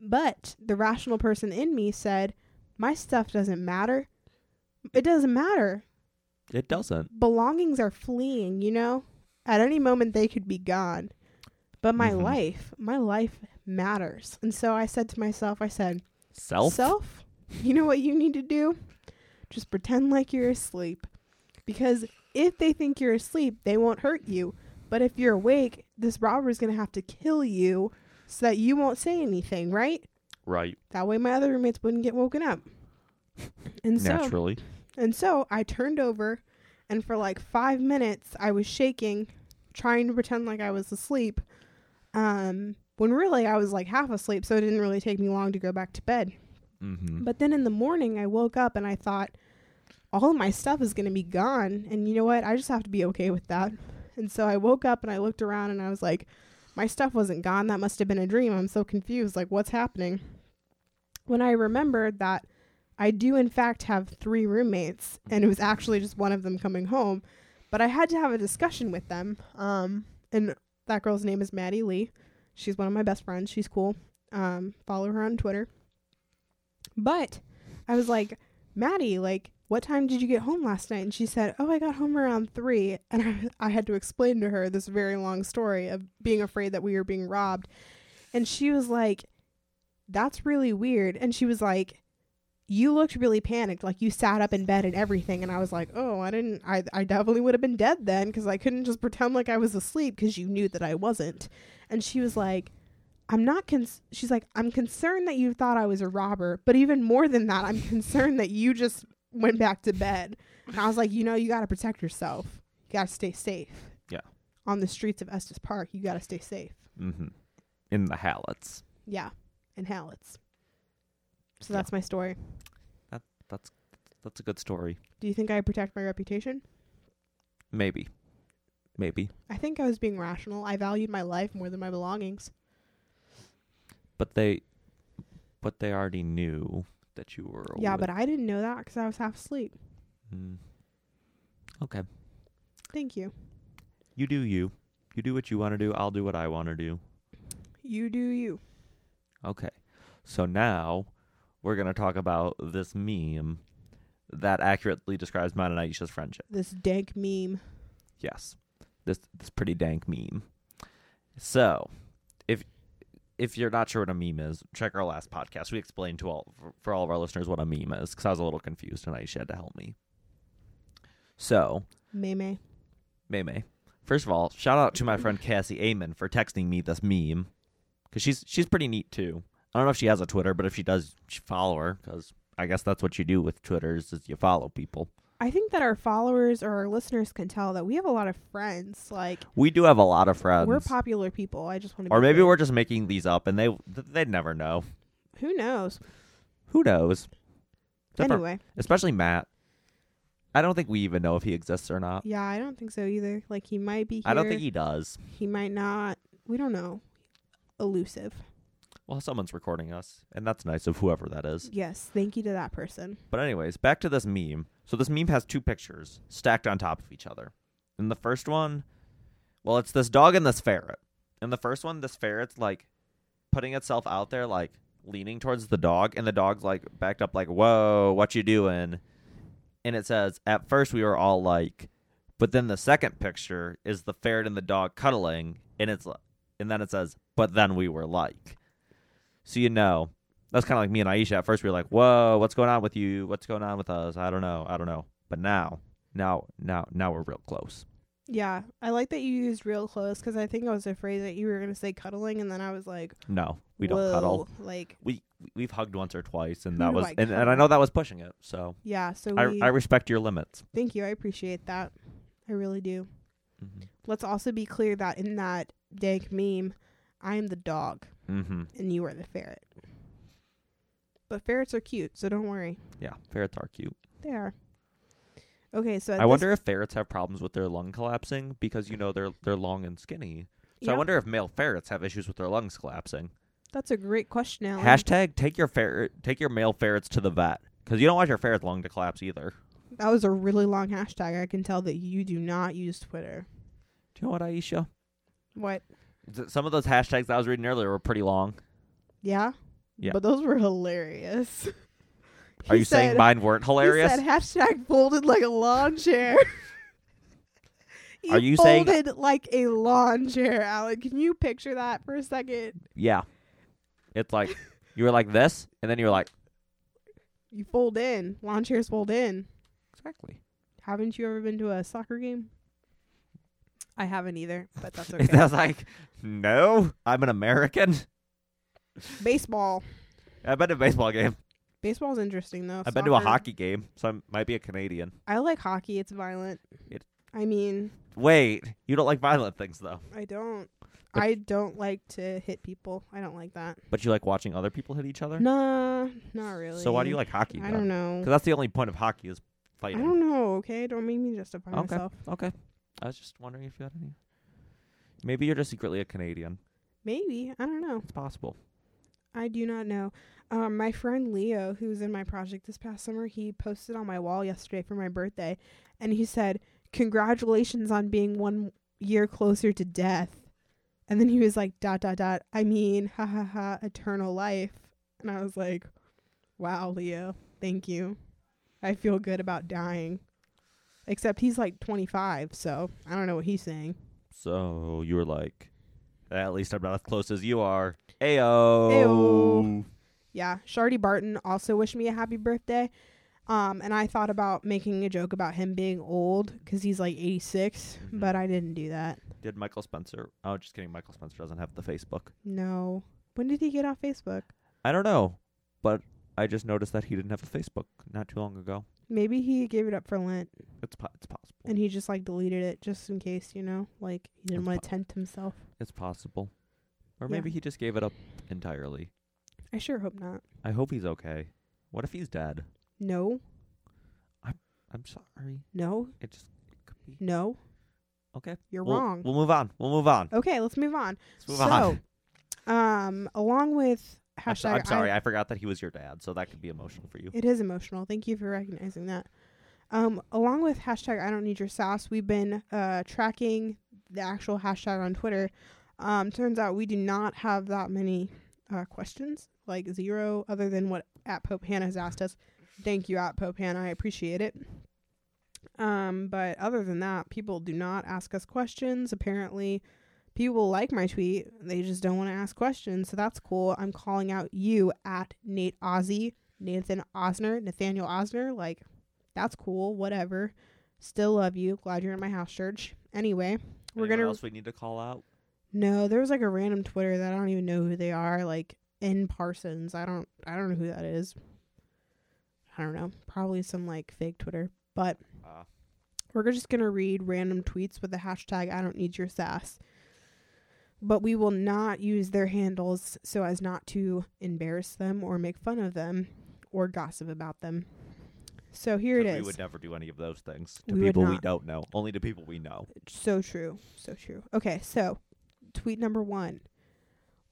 But the rational person in me said, my stuff doesn't matter. It doesn't matter.
It doesn't.
Belongings are fleeing, you know? At any moment they could be gone. But my
Mhm.
life, my life matters. And so I said to myself, I said,
Self?
Self, you know what you need to do? Just pretend like you're asleep. Because if they think you're asleep, they won't hurt you. But if you're awake, this robber's going to have to kill you so that you won't say anything, right?
Right.
That way my other roommates wouldn't get woken up. And so
Naturally.
and so I turned over, and for like five minutes, I was shaking, trying to pretend like I was asleep. Um, when really I was like half asleep, so it didn't really take me long to go back to bed.
Mm-hmm.
But then in the morning, I woke up and I thought, all of my stuff is going to be gone. And you know what? I just have to be okay with that. And so I woke up and I looked around and I was like, my stuff wasn't gone. That must have been a dream. I'm so confused. Like, what's happening? When I remembered that I do, in fact, have three roommates, and it was actually just one of them coming home, but I had to have a discussion with them. Um, and that girl's name is Maddie Lee. She's one of my best friends. She's cool. Um, follow her on Twitter. But I was like, Maddie, like, what time did you get home last night? And she said, Oh, I got home around three. And I, I had to explain to her this very long story of being afraid that we were being robbed. And she was like, That's really weird. And she was like, you looked really panicked, like you sat up in bed and everything. And I was like, oh, I didn't, I, I definitely would have been dead then because I couldn't just pretend like I was asleep because you knew that I wasn't. And she was like, I'm not con she's like, I'm concerned that you thought I was a robber, but even more than that, I'm concerned that you just went back to bed. And I was like, you know, you got to protect yourself. You got to stay safe.
Yeah.
On the streets of Estes Park, you got to stay safe.
Mm-hmm. In the Hallets.
Yeah. And Hallett's. So
Yeah.
that's my story.
That's a good story.
Do you think I protect my reputation?
Maybe. Maybe.
I think I was being rational. I valued my life more than my belongings.
But they but they already knew that you were
Yeah, but I didn't know that because I was half asleep.
Mm. Okay.
Thank you.
You do you. You do what you want to do. I'll do what I want to do.
You do you.
Okay. So now we're going to talk about this meme that accurately describes mine and Aisha's friendship.
This dank meme.
Yes. This this pretty dank meme. So, if if you're not sure what a meme is, check our last podcast. We explained to all for, for all of our listeners what a meme is cuz I was a little confused and Aisha had to help me. So,
May May.
May May. First of all, shout out to my friend Cassie Amon for texting me this meme because she's she's pretty neat too. I don't know if she has a Twitter, but if she does, sh- follow her because I guess that's what you do with Twitters is you follow people.
I think that our followers or our listeners can tell that we have a lot of friends. Like
We do have a lot of friends,
we're popular people. I just want to.
or maybe we're just making these up, and they th- they'd never know.
Who knows?
Who knows? Except for-
anyway,
especially Matt. I don't think we even know if he exists or not.
yeah, I don't think so either. Like he might be. Here,
I don't think he does.
he might not. We don't know. Elusive.
Well, someone's recording us, and that's nice of whoever that is.
Yes. Thank you to that person.
But anyways, back to this meme. So this meme has two pictures stacked on top of each other. And the first one, well, it's this dog and this ferret. And the first one, this ferret's like putting itself out there, like leaning towards the dog, and the dog's like backed up, like, "Whoa, what you doing?" And it says, "At first we were all like," but then the second picture is the ferret and the dog cuddling, and it's li- and then it says, "But then we were like." So you know, that's kind of like me and Aisha. At first, we were like, "Whoa, what's going on with you? What's going on with us? I don't know. I don't know." But now, now, now, now we're real close.
Yeah, I like that you used real close because I think I was afraid that you were gonna say cuddling, and then I was like,
No, we don't
"Whoa,"
cuddle.
Like,
We we've hugged once or twice, and
Who
that
do
was
I
and, and I
cuddle?
know that was pushing it. So
yeah. So
I
we
I respect your limits.
thank you. I appreciate that. I really do. Let's also be clear that in that dank meme, I am the dog
Mm-hmm.
and you are the ferret. But ferrets are cute, so don't worry.
Yeah, ferrets are cute.
They are. Okay, so at
I
this-
wonder if ferrets have problems with their lung collapsing because you know they're they're long and skinny. So I
Yeah,
wonder if male ferrets have issues with their lungs collapsing.
That's a great question, Alan.
Hashtag take your ferret take your male ferrets to the vet because you don't want your ferret's lung to collapse either.
that was a really long hashtag. I can tell that you do not use Twitter.
Do you know what, Aisha?
What?
Th- Some of those hashtags I was reading earlier were pretty long.
Yeah.
Yeah.
But those were hilarious.
Are
He
you
said-
saying mine weren't hilarious?
He said hashtag folded like a lawn chair. He
Are you saying-
folded like a lawn chair, Alan? Can you picture that for a second?
yeah. It's like you were like this, and then you were like
You fold in. Lawn chairs fold in.
exactly.
Haven't you ever been to a soccer game? I haven't either, but that's okay.
And I was like, no, I'm an American.
Baseball.
I've been to a baseball game.
Baseball's interesting though.
I've been to a
Soccer-
hockey game, so I might be a Canadian.
I like hockey. It's violent.
It-
I mean,
Wait, you don't like violent things though,
I don't.
But-
I don't like to hit people. I don't like that.
but you like watching other people hit each other.
Nah, not really.
So why do you like hockey?
I don't know.
Because that's the only point of hockey is
I
fighting.
don't know. Okay, don't make me justify
Okay.
myself.
Okay. I was just wondering if you had any. Maybe you're just secretly a Canadian.
Maybe I don't know.
It's possible.
I do not know. Um, my friend Leo, who was in my project this past summer, he posted on my wall yesterday for my birthday, and he said, "Congratulations on being one year closer to death." And then he was like, "Dot dot dot." I mean, ha ha ha, eternal life. And I was like, "Wow, Leo, thank you. I feel good about dying." Except he's like 25, so I don't know what he's saying.
So you were like, at least I'm not as close as you are. Ayo.
Ayo. Yeah, Shardy Barton also wished me a happy birthday. Um, and I thought about making a joke about him being old because he's like 86,
Mhm.
but I didn't do that.
Did Michael Spencer? Oh, just kidding. Michael Spencer doesn't have the Facebook.
No. When did he get off Facebook?
I don't know, but I just noticed that he didn't have a Facebook not too long ago.
Maybe he gave it up for Lent
It's po- it's possible.
and he just like deleted it just in case, you know, like he didn't
It's
want
po-
to tempt himself.
it's possible, or
Yeah.
maybe he just gave it up entirely.
I sure hope not.
I hope he's okay. What if he's dead?
No,
I'm sorry.
no,
It just it could be
no.
okay.
You're
we'll,
wrong.
We'll move on. We'll move on.
okay, let's move on.
Let's move
so,
on.
um, along with
I'm, so-
hashtag,
I'm sorry.
I-
I forgot that he was your dad, so that could be emotional for you.
it is emotional. Thank you for recognizing that. Um, along with hashtag, I don't need your sauce. We've been uh tracking the actual hashtag on Twitter. Um, turns out we do not have that many uh questions, like zero, other than what at Pope Hannah has asked us. Thank you, at Pope Hannah. I appreciate it. Um, but other than that, people do not ask us questions. Apparently, people like my tweet. They just don't want to ask questions, so that's cool. I'm calling out you at Nate Ozzy, Nathan Osner, Nathaniel Osner. Like, that's cool. Whatever. Still love you. Glad you're in my house church. Anyway, we're
Anyone
gonna
else we need to call out.
no, there was like a random Twitter that I don't even know who they are. Like N Parsons, I don't, I don't know who that is. I don't know. Probably some like fake Twitter. But
Ah.
we're just gonna read random tweets with the hashtag I don't need your sass. But we will not use their handles so as not to embarrass them or make fun of them or gossip about them. So here it
'Cause
is.
We would never do any of those things to
We would
people we
not.
don't know. Only to people we know.
So true. So true. Okay, so tweet number one.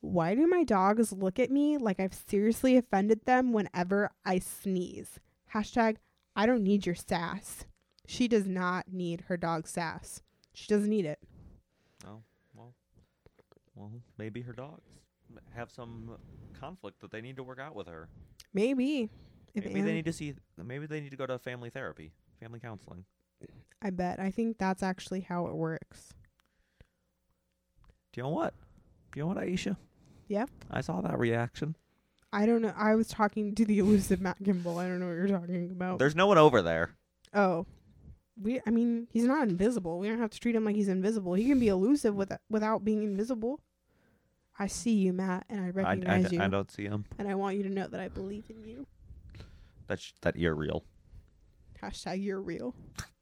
Why do my dogs look at me like I've seriously offended them whenever I sneeze? Hashtag I don't need your sass. She does not need her dog's sass. She doesn't need it.
Well, maybe her dogs m- have some conflict that they need to work out with her.
Maybe. If
Maybe they
Ann-
need to see. Maybe they need to go to family therapy, family counseling.
I bet. I think that's actually how it works.
Do you know what? Do you know what, Aisha?
Yeah?
I saw that reaction.
I don't know. I was talking to the elusive Matt Gimbel. I don't know what you're talking about.
There's no one over there.
Oh. We I mean, he's not invisible. We don't have to treat him like he's invisible. He can be elusive with, without being invisible. I see you, Matt, and I
I, I,
recognize
d-
you.
I don't see him.
and I want you to know that I believe in you.
That's that you're real.
Hashtag you're real.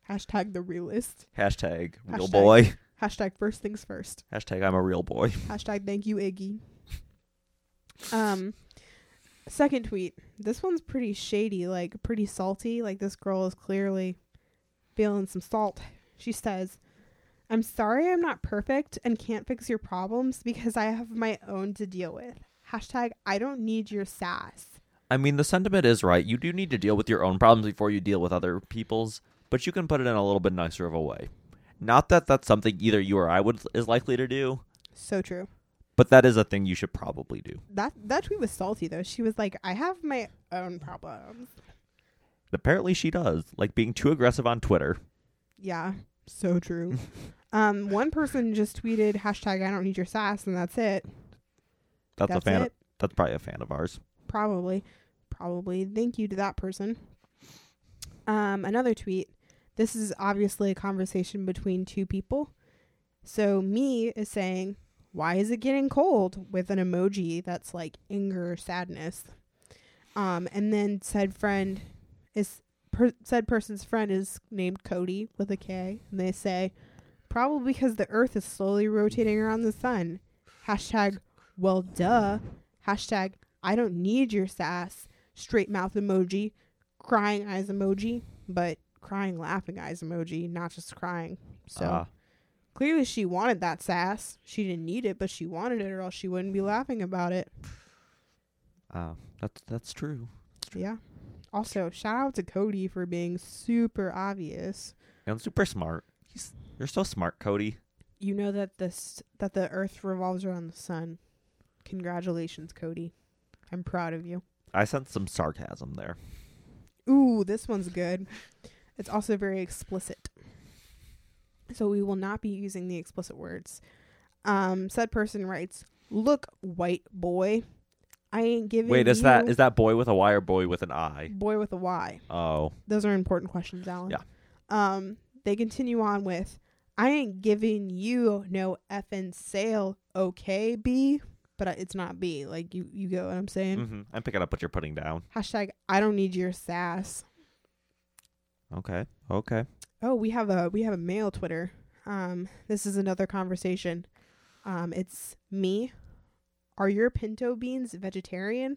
Hashtag the realist.
Hashtag real
Hashtag.
boy.
Hashtag first things first.
Hashtag I'm a real boy.
Hashtag thank you, Iggy. Um second tweet. This one's pretty shady, like pretty salty. Like this girl is clearly feeling some salt. She says, I'm sorry I'm not perfect and can't fix your problems because I have my own to deal with. Hashtag I don't need your sass.
I mean, the sentiment is right. You do need to deal with your own problems before you deal with other people's, but you can put it in a little bit nicer of a way. Not that that's something either you or I would is likely to do,
So true.
but that is a thing you should probably do.
That that tweet was salty though. She was like, I have my own problems.
Apparently, she does like being too aggressive on Twitter.
Yeah, so true. um, one person just tweeted hashtag I don't need your sass, and that's it.
That's, a fan.
it.
that's probably a fan of ours.
Probably, probably. Thank you to that person. Um, another tweet. This is obviously a conversation between two people. So me is saying, "Why is it getting cold?" with an emoji that's like anger, or sadness. Um, and then said friend is per- said person's friend is named Cody with a K, and they say, "Probably because the Earth is slowly rotating around the sun." Hashtag, well, duh. Hashtag, I don't need your sass. Straight mouth emoji, crying eyes emoji, but crying laughing eyes emoji, not just crying. So
Ah,
clearly she wanted that sass. She didn't need it, but she wanted it, or else she wouldn't be laughing about it.
ah, that's that's true.
Yeah. Also, shout out to Cody for being super obvious.
And super smart. He's, you're so smart, Cody.
You know that this that the Earth revolves around the sun. Congratulations, Cody. I'm proud of you.
I sense some sarcasm there.
Ooh, this one's good. It's also very explicit. So we will not be using the explicit words. Um, said person writes, "Look, white boy, I ain't giving."
Wait, is
you
that is that boy with a Y or boy with an I?
boy with a Y?
Oh,
Those are important questions, Alan.
Yeah.
Um, they continue on with, "I ain't giving you no effing sale, okay, B." but I- it's not B. Like you, you get what I'm saying.
hmm I'm picking up what you're putting down.
Hashtag I don't need your sass.
Okay. Okay.
Oh, we have a we have a male Twitter. Um, this is another conversation. Um, it's me. Are your pinto beans vegetarian?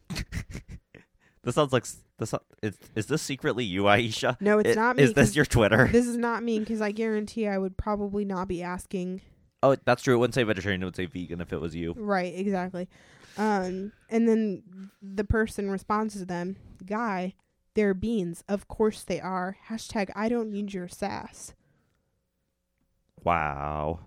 This sounds like s- this. so- Is is this secretly you, Aisha?
No, it's
I-
not me.
Is this
'cause-
your Twitter?
This is not me because I guarantee I would probably not be asking.
Oh, that's true. It wouldn't say vegetarian. It would say vegan if it was you.
Right, exactly. Um, and then the person responds to them, "Guy, they're beans. Of course they are." Hashtag I don't need your sass.
Wow,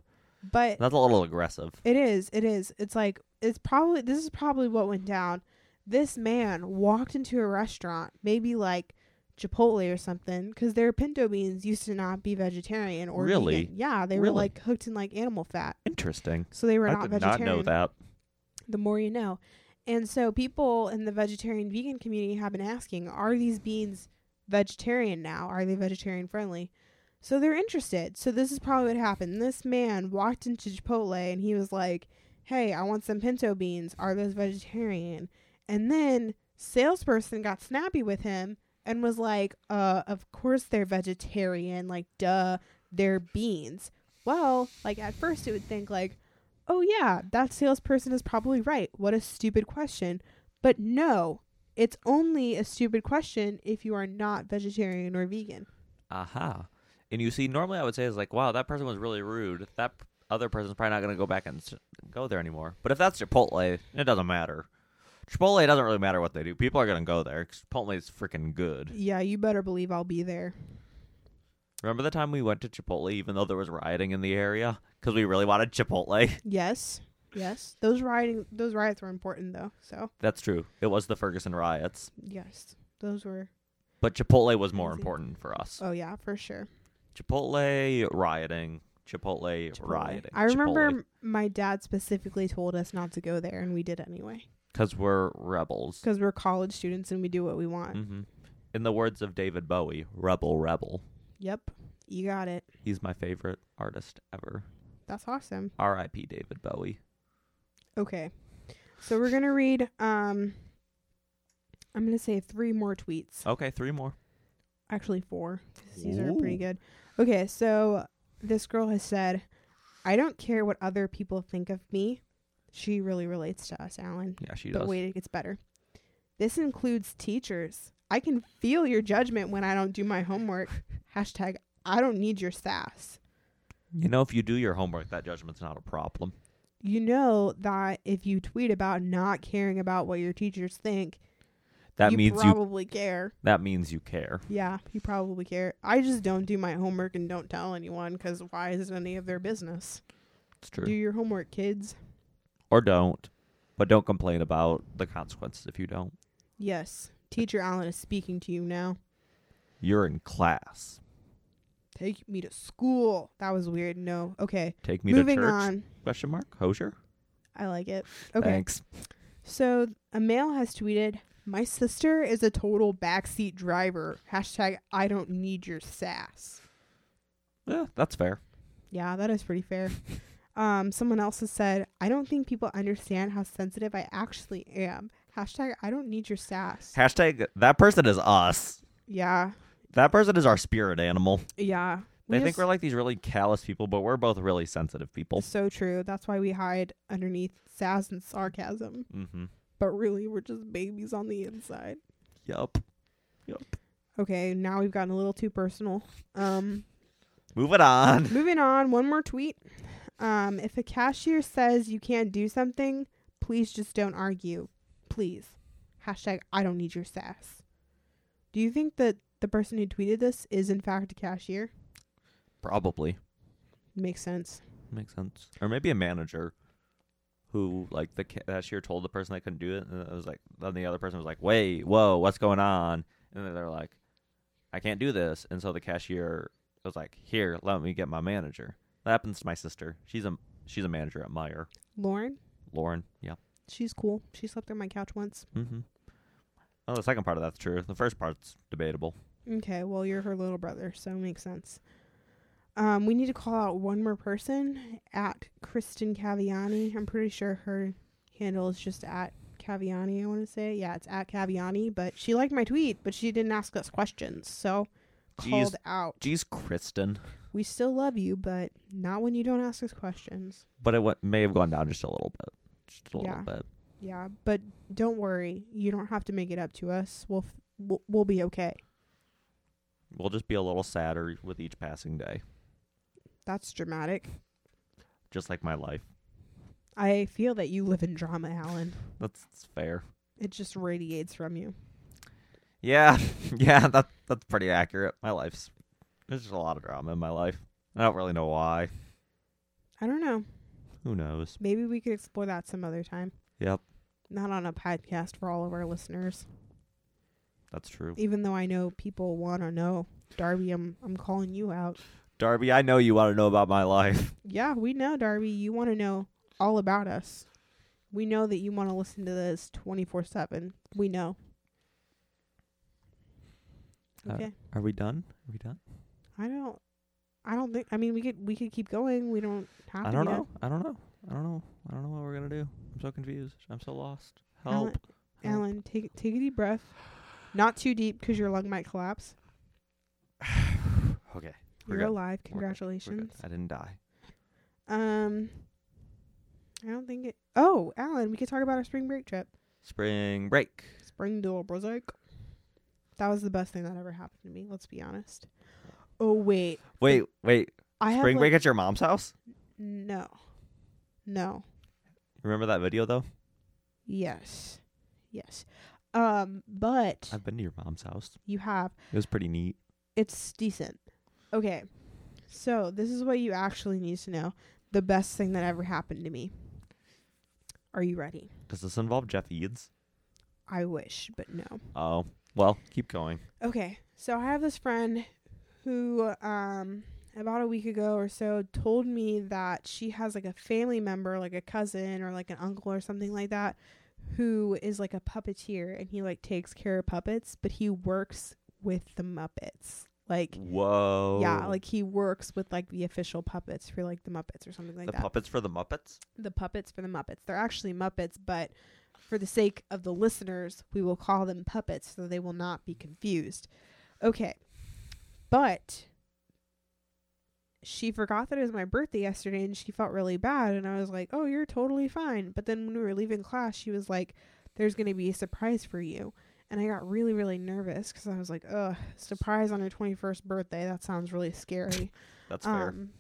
But
that's a little aggressive.
It is. It is. It's like it's probably this is probably what went down. This man walked into a restaurant, maybe like Chipotle or something, because their pinto beans used to not be vegetarian or
Really?
vegan. Yeah, they
Really?
were like cooked in like animal fat,
Interesting.
so they were
I
not
did
vegetarian.
not know that.
The more you know, and so people in the vegetarian vegan community have been asking, are these beans vegetarian now? Are they vegetarian friendly? So they're interested. So this is probably what happened. This man walked into Chipotle and he was like, "Hey, I want some pinto beans. Are those vegetarian?" And then salesperson got snappy with him and was like, "Uh, of course they're vegetarian. Like, duh, they're beans." Well, like at first you would think like, "Oh yeah, that salesperson is probably right. What a stupid question." But no, it's only a stupid question if you are not vegetarian or vegan.
Aha. And you see, normally I would say is like, wow, that person was really rude. That p- other person's probably not going to go back and s- go there anymore. But if that's Chipotle, it doesn't matter. Chipotle doesn't really matter what they do. People are going to go there. 'cause Chipotle is freaking good.
Yeah, you better believe I'll be there.
Remember the time we went to Chipotle, even though there was rioting in the area, because we really wanted Chipotle.
Yes. Yes. Those rioting those riots were important though. So,
That's true. It was the Ferguson riots,
yes. Those were
but Chipotle was more
Crazy.
important for us.
Oh yeah, for sure.
Chipotle rioting, Chipotle,
Chipotle.
rioting.
I remember m my dad specifically told us not to go there and we did anyway
because we're rebels.
because we're college students and we do what we want.
hmm In the words of David Bowie, rebel, rebel.
Yep. You got it.
He's my favorite artist ever.
That's awesome.
R.I.P. David Bowie.
Okay. So we're going to read um I'm going to say three more tweets.
Okay, three more.
actually four 'cause these are pretty
Ooh.
good okay so this girl has said i don't care what other people think of me she really relates to us alan
Yeah, she
but
does.
wait it gets better this includes teachers i can feel your judgment when i don't do my homework hashtag i don't need your sass
You know, if you do your homework, that judgment's not a problem.
you know that if you tweet about not caring about what your teachers think
That
you
means you.
probably care
That means you care.
Yeah, you probably care. I just don't do my homework and don't tell anyone 'cause why is it any of their business?
It's true.
Do your homework, kids.
or don't, but don't complain about the consequences if you don't.
Yes, teacher Allen is speaking to you now.
You're in class.
Take me to school. That was weird. No. Okay.
Take me
Moving
to church?
on.
Question mark. Hosier.
I like it. Okay.
Thanks.
So a male has tweeted, "My sister is a total backseat driver." Hashtag I don't need your sass.
Yeah, that's fair.
Yeah, that is pretty fair. Um, someone else has said, I don't think people understand how sensitive I actually am. Hashtag I don't need your sass.
Hashtag that person is us.
Yeah.
That person is our spirit animal.
Yeah.
They
We
think
just-
we're like these really callous people, but we're both really sensitive people.
so true. That's why we hide underneath sass and sarcasm.
Mm-hmm.
But really we're just babies on the inside.
Yup.
Okay, now we've gotten a little too personal. Um
Moving on.
Moving on, one more tweet. Um, if a cashier says you can't do something, please just don't argue. Please. Hashtag I don't need your sass. Do you think that the person who tweeted this is in fact a cashier?
Probably.
Makes sense.
Makes sense. Or maybe a manager who, like, the cashier told the person they couldn't do it, and it was like, then the other person was like, wait, whoa, what's going on? And then they're like, I can't do this. And so the cashier was like, here, let me get my manager. That happens to my sister. She's a she's a manager at Meyer.
Lauren,
Lauren. Yeah.
she's cool. She slept on my couch once.
Mm-hmm. Well, the second part of that's true. The first part's debatable.
Okay, well, you're her little brother, so it makes sense. Um, we need to call out one more person at Kristen Caviani. I'm pretty sure her handle is just at Caviani, I want to say. Yeah, it's at Caviani, but she liked my tweet, but she didn't ask us questions. So
Jeez.
called out.
Geez, Kristen.
We still love you, but not when you don't ask us questions.
But it went, may have gone down just a little bit. Just a
Yeah.
little bit.
Yeah, but don't worry. You don't have to make it up to us. We'll f- we'll, we'll be okay.
We'll just be a little sadder with each passing day,
That's dramatic.
just like my life.
I feel that you live in drama, Alan.
That's, that's fair.
It just radiates from you.
Yeah, yeah, that that's pretty accurate. My life's there's just a lot of drama in my life. I don't really know why.
I don't know.
Who knows?
Maybe we could explore that some other time.
Yep,
Not on a podcast for all of our listeners.
that's true.
Even though I know people want to know. Darby, I'm I'm calling you out.
Darby, I know you want to know about my life.
Yeah, we know, Darby. You want to know all about us. We know that you want to listen to this 24 7. We know.
Uh,
Okay.
Are we done? Are we done?
I don't. I don't think. I mean, we could we could keep going. We don't have
I
to.
don't
be
know.
done.
I don't know. I don't know. I don't know what we're gonna do. I'm so confused. I'm so lost.
Alan-
Help. Help.
Alan, take take a deep breath. Not too deep, because your lung might collapse.
Okay.
You're
We're good.
alive.
We're good. We're good.
Congratulations.
I didn't die.
Um, I don't think it. Oh, Alan, we could talk about our spring break trip.
Spring break.
Spring duel, Brozak. That was the best thing that ever happened to me. Let's be honest. Oh wait,
Wait, wait.
I have
Spring
like-
break at your mom's house?
No, no.
Remember that video though?
Yes, yes. Um, but
I've been to your mom's house.
you have.
It was pretty neat.
It's decent. Okay. So, this is what you actually need to know. The best thing that ever happened to me. Are you ready?
Does this involve Jeff Eads?
I wish, but no.
Oh. Well, keep going.
Okay. So, I have this friend who um about a week ago or so told me that she has like a family member, like a cousin or like an uncle or something like that who is like a puppeteer and he like takes care of puppets, but he works with the Muppets. Like
Whoa.
Yeah, like he works with like the official puppets for like the Muppets or something like
the
that.
puppets for the Muppets?
the puppets for the Muppets. They're actually Muppets, but for the sake of the listeners, we will call them puppets so they will not be confused. Okay. But she forgot that it was my birthday yesterday and she felt really bad and I was like, "Oh, you're totally fine." But then when we were leaving class, she was like, "There's going to be a surprise for you." And I got really, really nervous because I was like, ugh, surprise on her 21st birthday. That sounds really scary.
That's fair.
Um,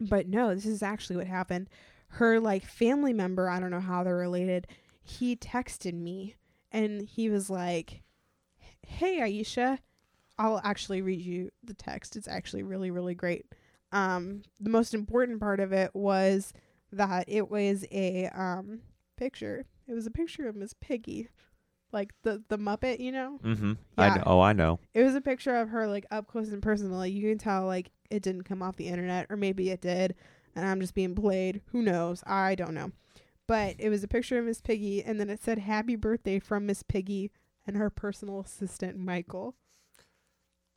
But no, this is actually what happened. Her like family member, I don't know how they're related, he texted me and he was like, "Hey Aisha, I'll actually read you the text. It's actually really really great." Um the most important part of it was that it was a um picture. It was a picture of Miss Piggy, like the the Muppet, you know?
Mm-hmm.
Yeah.
I know. Oh, I know.
It was a picture of her like up close and personal. Like you can tell like it didn't come off the internet or maybe it did and I'm just being played. Who knows? I don't know. But it was a picture of Miss Piggy and then it said happy birthday from Miss Piggy and her personal assistant Michael.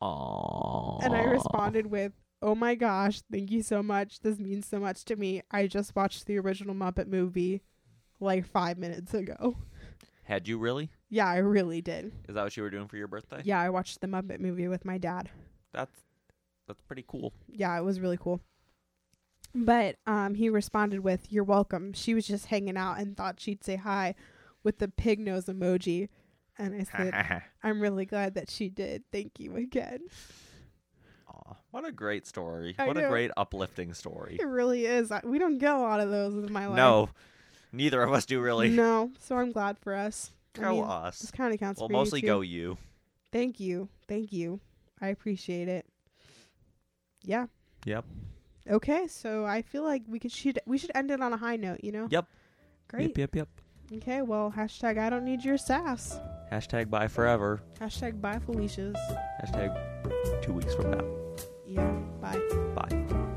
Aww.
And I responded with, "Oh my gosh, thank you so much. This means so much to me. I just watched the original Muppet movie like 5 minutes ago."
Had you really?
Yeah, I really did.
Is that what you were doing for your birthday?
Yeah, I watched the Muppet movie with my dad.
That's that's pretty cool.
yeah, it was really cool. But um, he responded with, "You're welcome." She was just hanging out and thought she'd say hi, with the pig nose emoji, and I said,
Aw,
"I'm really glad that she did. Thank you again.
what a great story.
I
what a
know.
great uplifting story.
It really is. I, we don't get a lot of those in my life.
No. Neither of us do really.
no. So I'm glad for us. I
Go
mean,
us.
This kind of counts.
Well,
for you,
mostly
too.
go you.
Thank you, thank you. I appreciate it. Yeah.
Yep.
Okay, so I feel like we could should we should end it on a high note. You know.
Yep.
Oh, Great.
Yep, yep, yep.
Okay, well, hashtag I don't need your sass.
Hashtag bye forever.
Hashtag bye, Felicia's.
Hashtag two weeks from now.
Yeah, bye.
Bye.